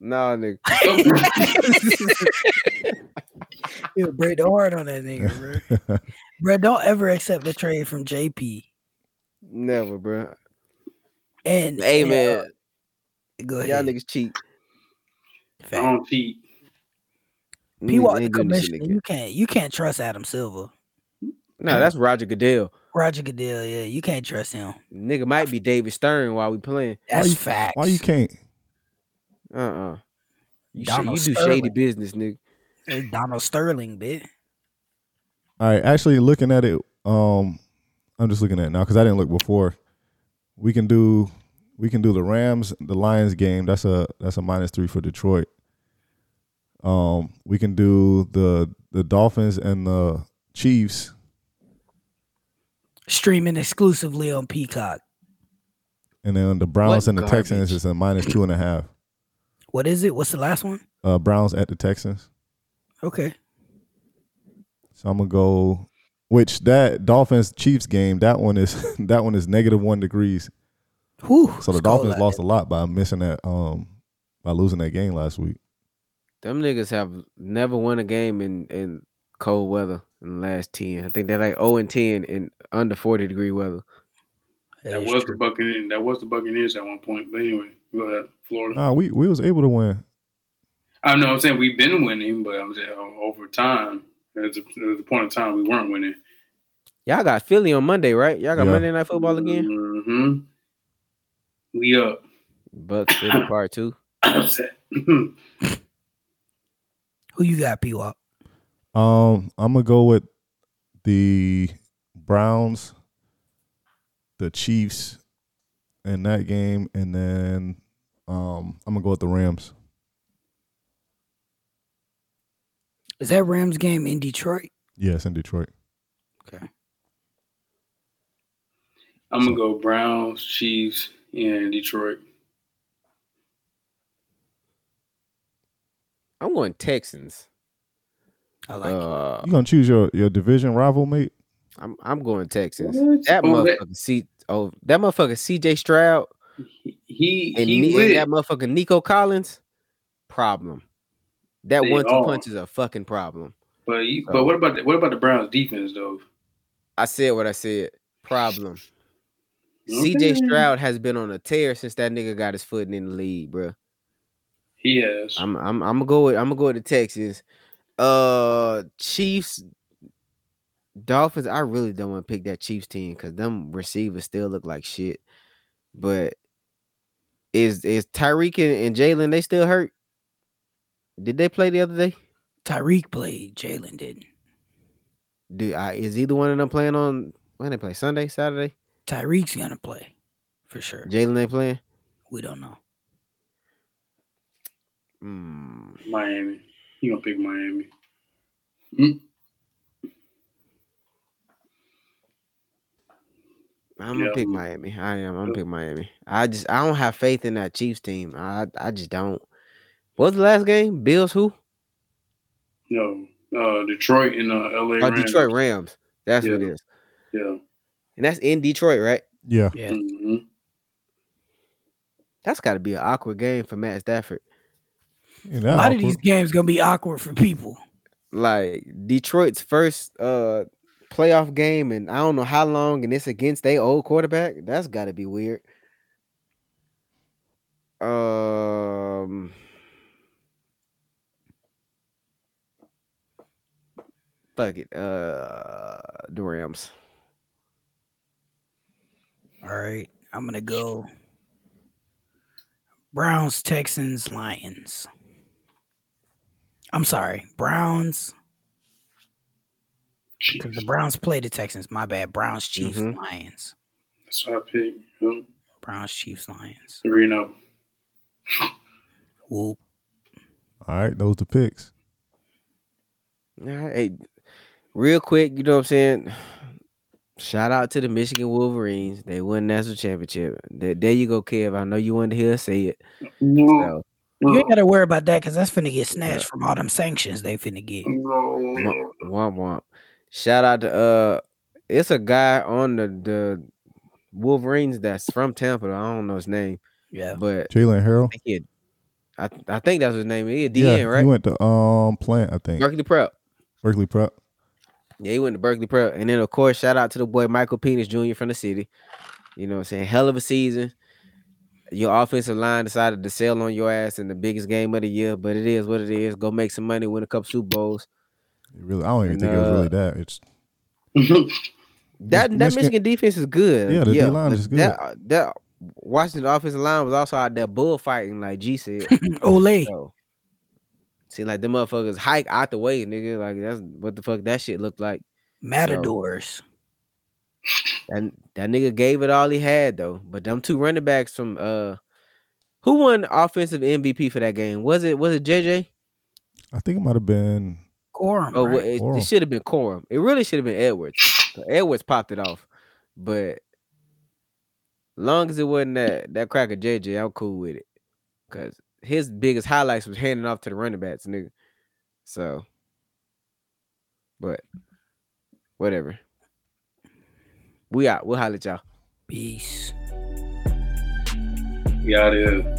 S1: Nah, nigga.
S2: It'll break the heart on that nigga, bro. bro, don't ever accept a trade from JP.
S1: Never, bro.
S2: And
S1: Hey
S2: and,
S1: man,
S2: uh, go
S1: y'all
S2: ahead.
S1: niggas cheat.
S4: I don't cheat.
S1: You
S2: P
S1: niggas
S2: Walk the
S1: ain't doing this shit again.
S2: commissioner. You can't you can't trust Adam Silver.
S1: No, that's Roger Goodell.
S2: Roger Goodell, yeah, you can't trust him.
S1: Nigga might be David Stern while we playing.
S2: That's
S3: you-
S2: facts.
S3: Why you can't?
S1: Uh uh You, sh-
S2: Donald
S1: you do shady
S2: Sterling.
S1: business, nigga.
S2: It's Donald Sterling, bitch.
S3: All right, actually looking at it, um, I'm just looking at it now because I didn't look before. We can do we can do the Rams, the Lions game. That's a that's a minus three for Detroit. Um, we can do the the Dolphins and the Chiefs.
S2: Streaming exclusively on Peacock.
S3: And then the Browns
S1: What
S3: and the
S1: garbage.
S3: Texans is a minus two and a half.
S2: What is it? What's the last one?
S3: Uh, Browns at the Texans.
S2: Okay.
S3: So I'm gonna go. Which that Dolphins Chiefs game, that one is that one is negative one degrees.
S2: Whew,
S3: So the
S2: let's go,
S3: Dolphins
S2: lad.
S3: lost a lot by missing that um by losing that game last week.
S1: Them niggas have never won a game in in cold weather in the last ten. I think they're like zero and ten in under forty degree weather.
S2: That
S4: That
S2: is
S4: was
S2: true.
S4: the Buccaneers. That was the Buccaneers at one point. But anyway, we go ahead. Florida.
S3: Nah, we we was able to win.
S4: I know. I'm saying we've been winning, but I'm saying o- over time, there's a, there's a point in time we weren't winning.
S1: Y'all got Philly on Monday, right? Y'all got
S3: Yeah.
S1: Monday night football again.
S4: Mm-hmm. We up.
S1: Bucks Philly part two.
S4: Upset.
S2: Who you got, P Wop?
S3: Um, I'm gonna go with the Browns, the Chiefs, in that game, and then um I'm gonna go with the Rams.
S2: Is that Rams game in Detroit?
S3: Yes, in Detroit.
S4: I'm gonna go Browns, Chiefs, and Detroit.
S1: I'm going Texans.
S2: I like it.
S1: Uh,
S3: You gonna choose your your division rival, mate?
S1: I'm I'm going Texans.
S4: What?
S1: That
S4: Oh, that-
S1: motherfucker C oh that motherfucker CJ Stroud
S4: He
S1: and,
S4: he
S1: Ni-
S4: lit.
S1: and that motherfucker Nico Collins problem. That
S4: They
S1: one two
S4: are.
S1: punch is a fucking problem.
S4: but you, but what about the, what about the Browns defense though?
S1: I said what I said. Problem.
S4: Okay.
S1: CJ Stroud has been on a tear since that nigga got his foot in the league, bruh.
S4: He has.
S1: I'm I'm I'm gonna go with I'm gonna go to Texas. Uh Chiefs Dolphins. I really don't want to pick that Chiefs team because them receivers still look like shit. But is is Tyreek and, and Jalen they still hurt? Did they play the other day?
S2: Tyreek played. Jalen didn't.
S1: Do I is either one of them playing on when they play Sunday, Saturday?
S2: Tyreek's gonna play for sure.
S1: Jalen ain't playing.
S2: We don't know.
S1: Mm,
S4: Miami. You gonna pick Miami?
S1: I'm gonna
S4: Yeah.
S1: pick Miami. I am. I'm gonna pick Miami. I just I don't have faith in that Chiefs team. I I just don't. What was the last game? Bills who?
S4: No. Uh, Detroit and uh, L.A.
S1: Oh,
S4: Rams.
S1: Detroit Rams. That's what it
S4: Yeah.
S1: is.
S4: Yeah.
S1: And that's in Detroit, right?
S3: Yeah.
S2: Yeah.
S4: hmm
S1: That's got to be an awkward game for Matt Stafford.
S3: yeah
S2: A
S3: that
S2: lot of
S3: awkward.
S2: these games gonna be awkward for people.
S1: Like Detroit's first uh playoff game, and I don't know how long, and it's against their old quarterback. That's got to be weird. Um, fuck it. Uh, the Rams.
S2: All right. I'm gonna go. Browns, Texans, Lions. I'm sorry, Browns. Because the Browns play the Texans. My bad. Browns, Chiefs,
S1: Mhm.
S2: Lions.
S4: That's what I pick. Yeah.
S2: Browns, Chiefs, Lions.
S4: Three and oh.
S2: Whoop.
S3: All right, those the picks.
S1: All right. Hey, real quick, you know what I'm saying? Shout out to the Michigan Wolverines. They won national championship. There, there you go, Kev. I know you wanted to hear us say it.
S4: No.
S1: So,
S2: You ain't
S4: No.
S2: gotta worry about that because that's finna get snatched from all them sanctions they finna get.
S1: Mm. womp,
S4: No.
S1: womp, womp. Shout out to uh, it's a guy on the the Wolverines that's from Tampa. I don't know his name,
S2: Yeah.
S1: but
S3: Jalen Harrell.
S1: I think, he a- I, I think that's his name. He a DN,
S3: yeah,
S1: right?
S3: He went to um Plant, I think.
S1: Berkeley Prep.
S3: Berkeley Prep.
S1: Yeah, he went to Berkeley Prep. And then, of course, shout out to the boy Michael Penis Jr. from the city. You know what I'm saying? Hell of a season. Your offensive line decided to sell on your ass in the biggest game of the year, but it is what it is. Go make some money, win a couple Super Bowls.
S3: It really, I don't even
S1: And,
S3: think it was really
S1: uh,
S3: that. It's
S1: That that
S3: Michigan-
S1: Michigan, defense is good.
S3: Yeah, the D line is good.
S1: That, that Washington offensive line was also out there bullfighting, like G said.
S2: Ole.
S1: so, see, like the motherfuckers hike out the way, nigga. Like that's what the fuck that shit looked like.
S2: Matadors.
S1: And that nigga gave it all he had though. But them two running backs from uh, who won offensive MVP for that game? Was it was it JJ?
S3: I think it might have been.
S2: Corum.
S1: Oh, well,
S2: right?
S1: it,
S3: Corum.
S1: it should have been Corum. It really should have been Edwards. But Edwards popped it off, but long as it wasn't that that cracker JJ, I'm cool with it. Cause his biggest highlights was handing off to the running backs, nigga. So, but whatever. We out. We'll holler at y'all.
S2: Peace.
S4: We out here.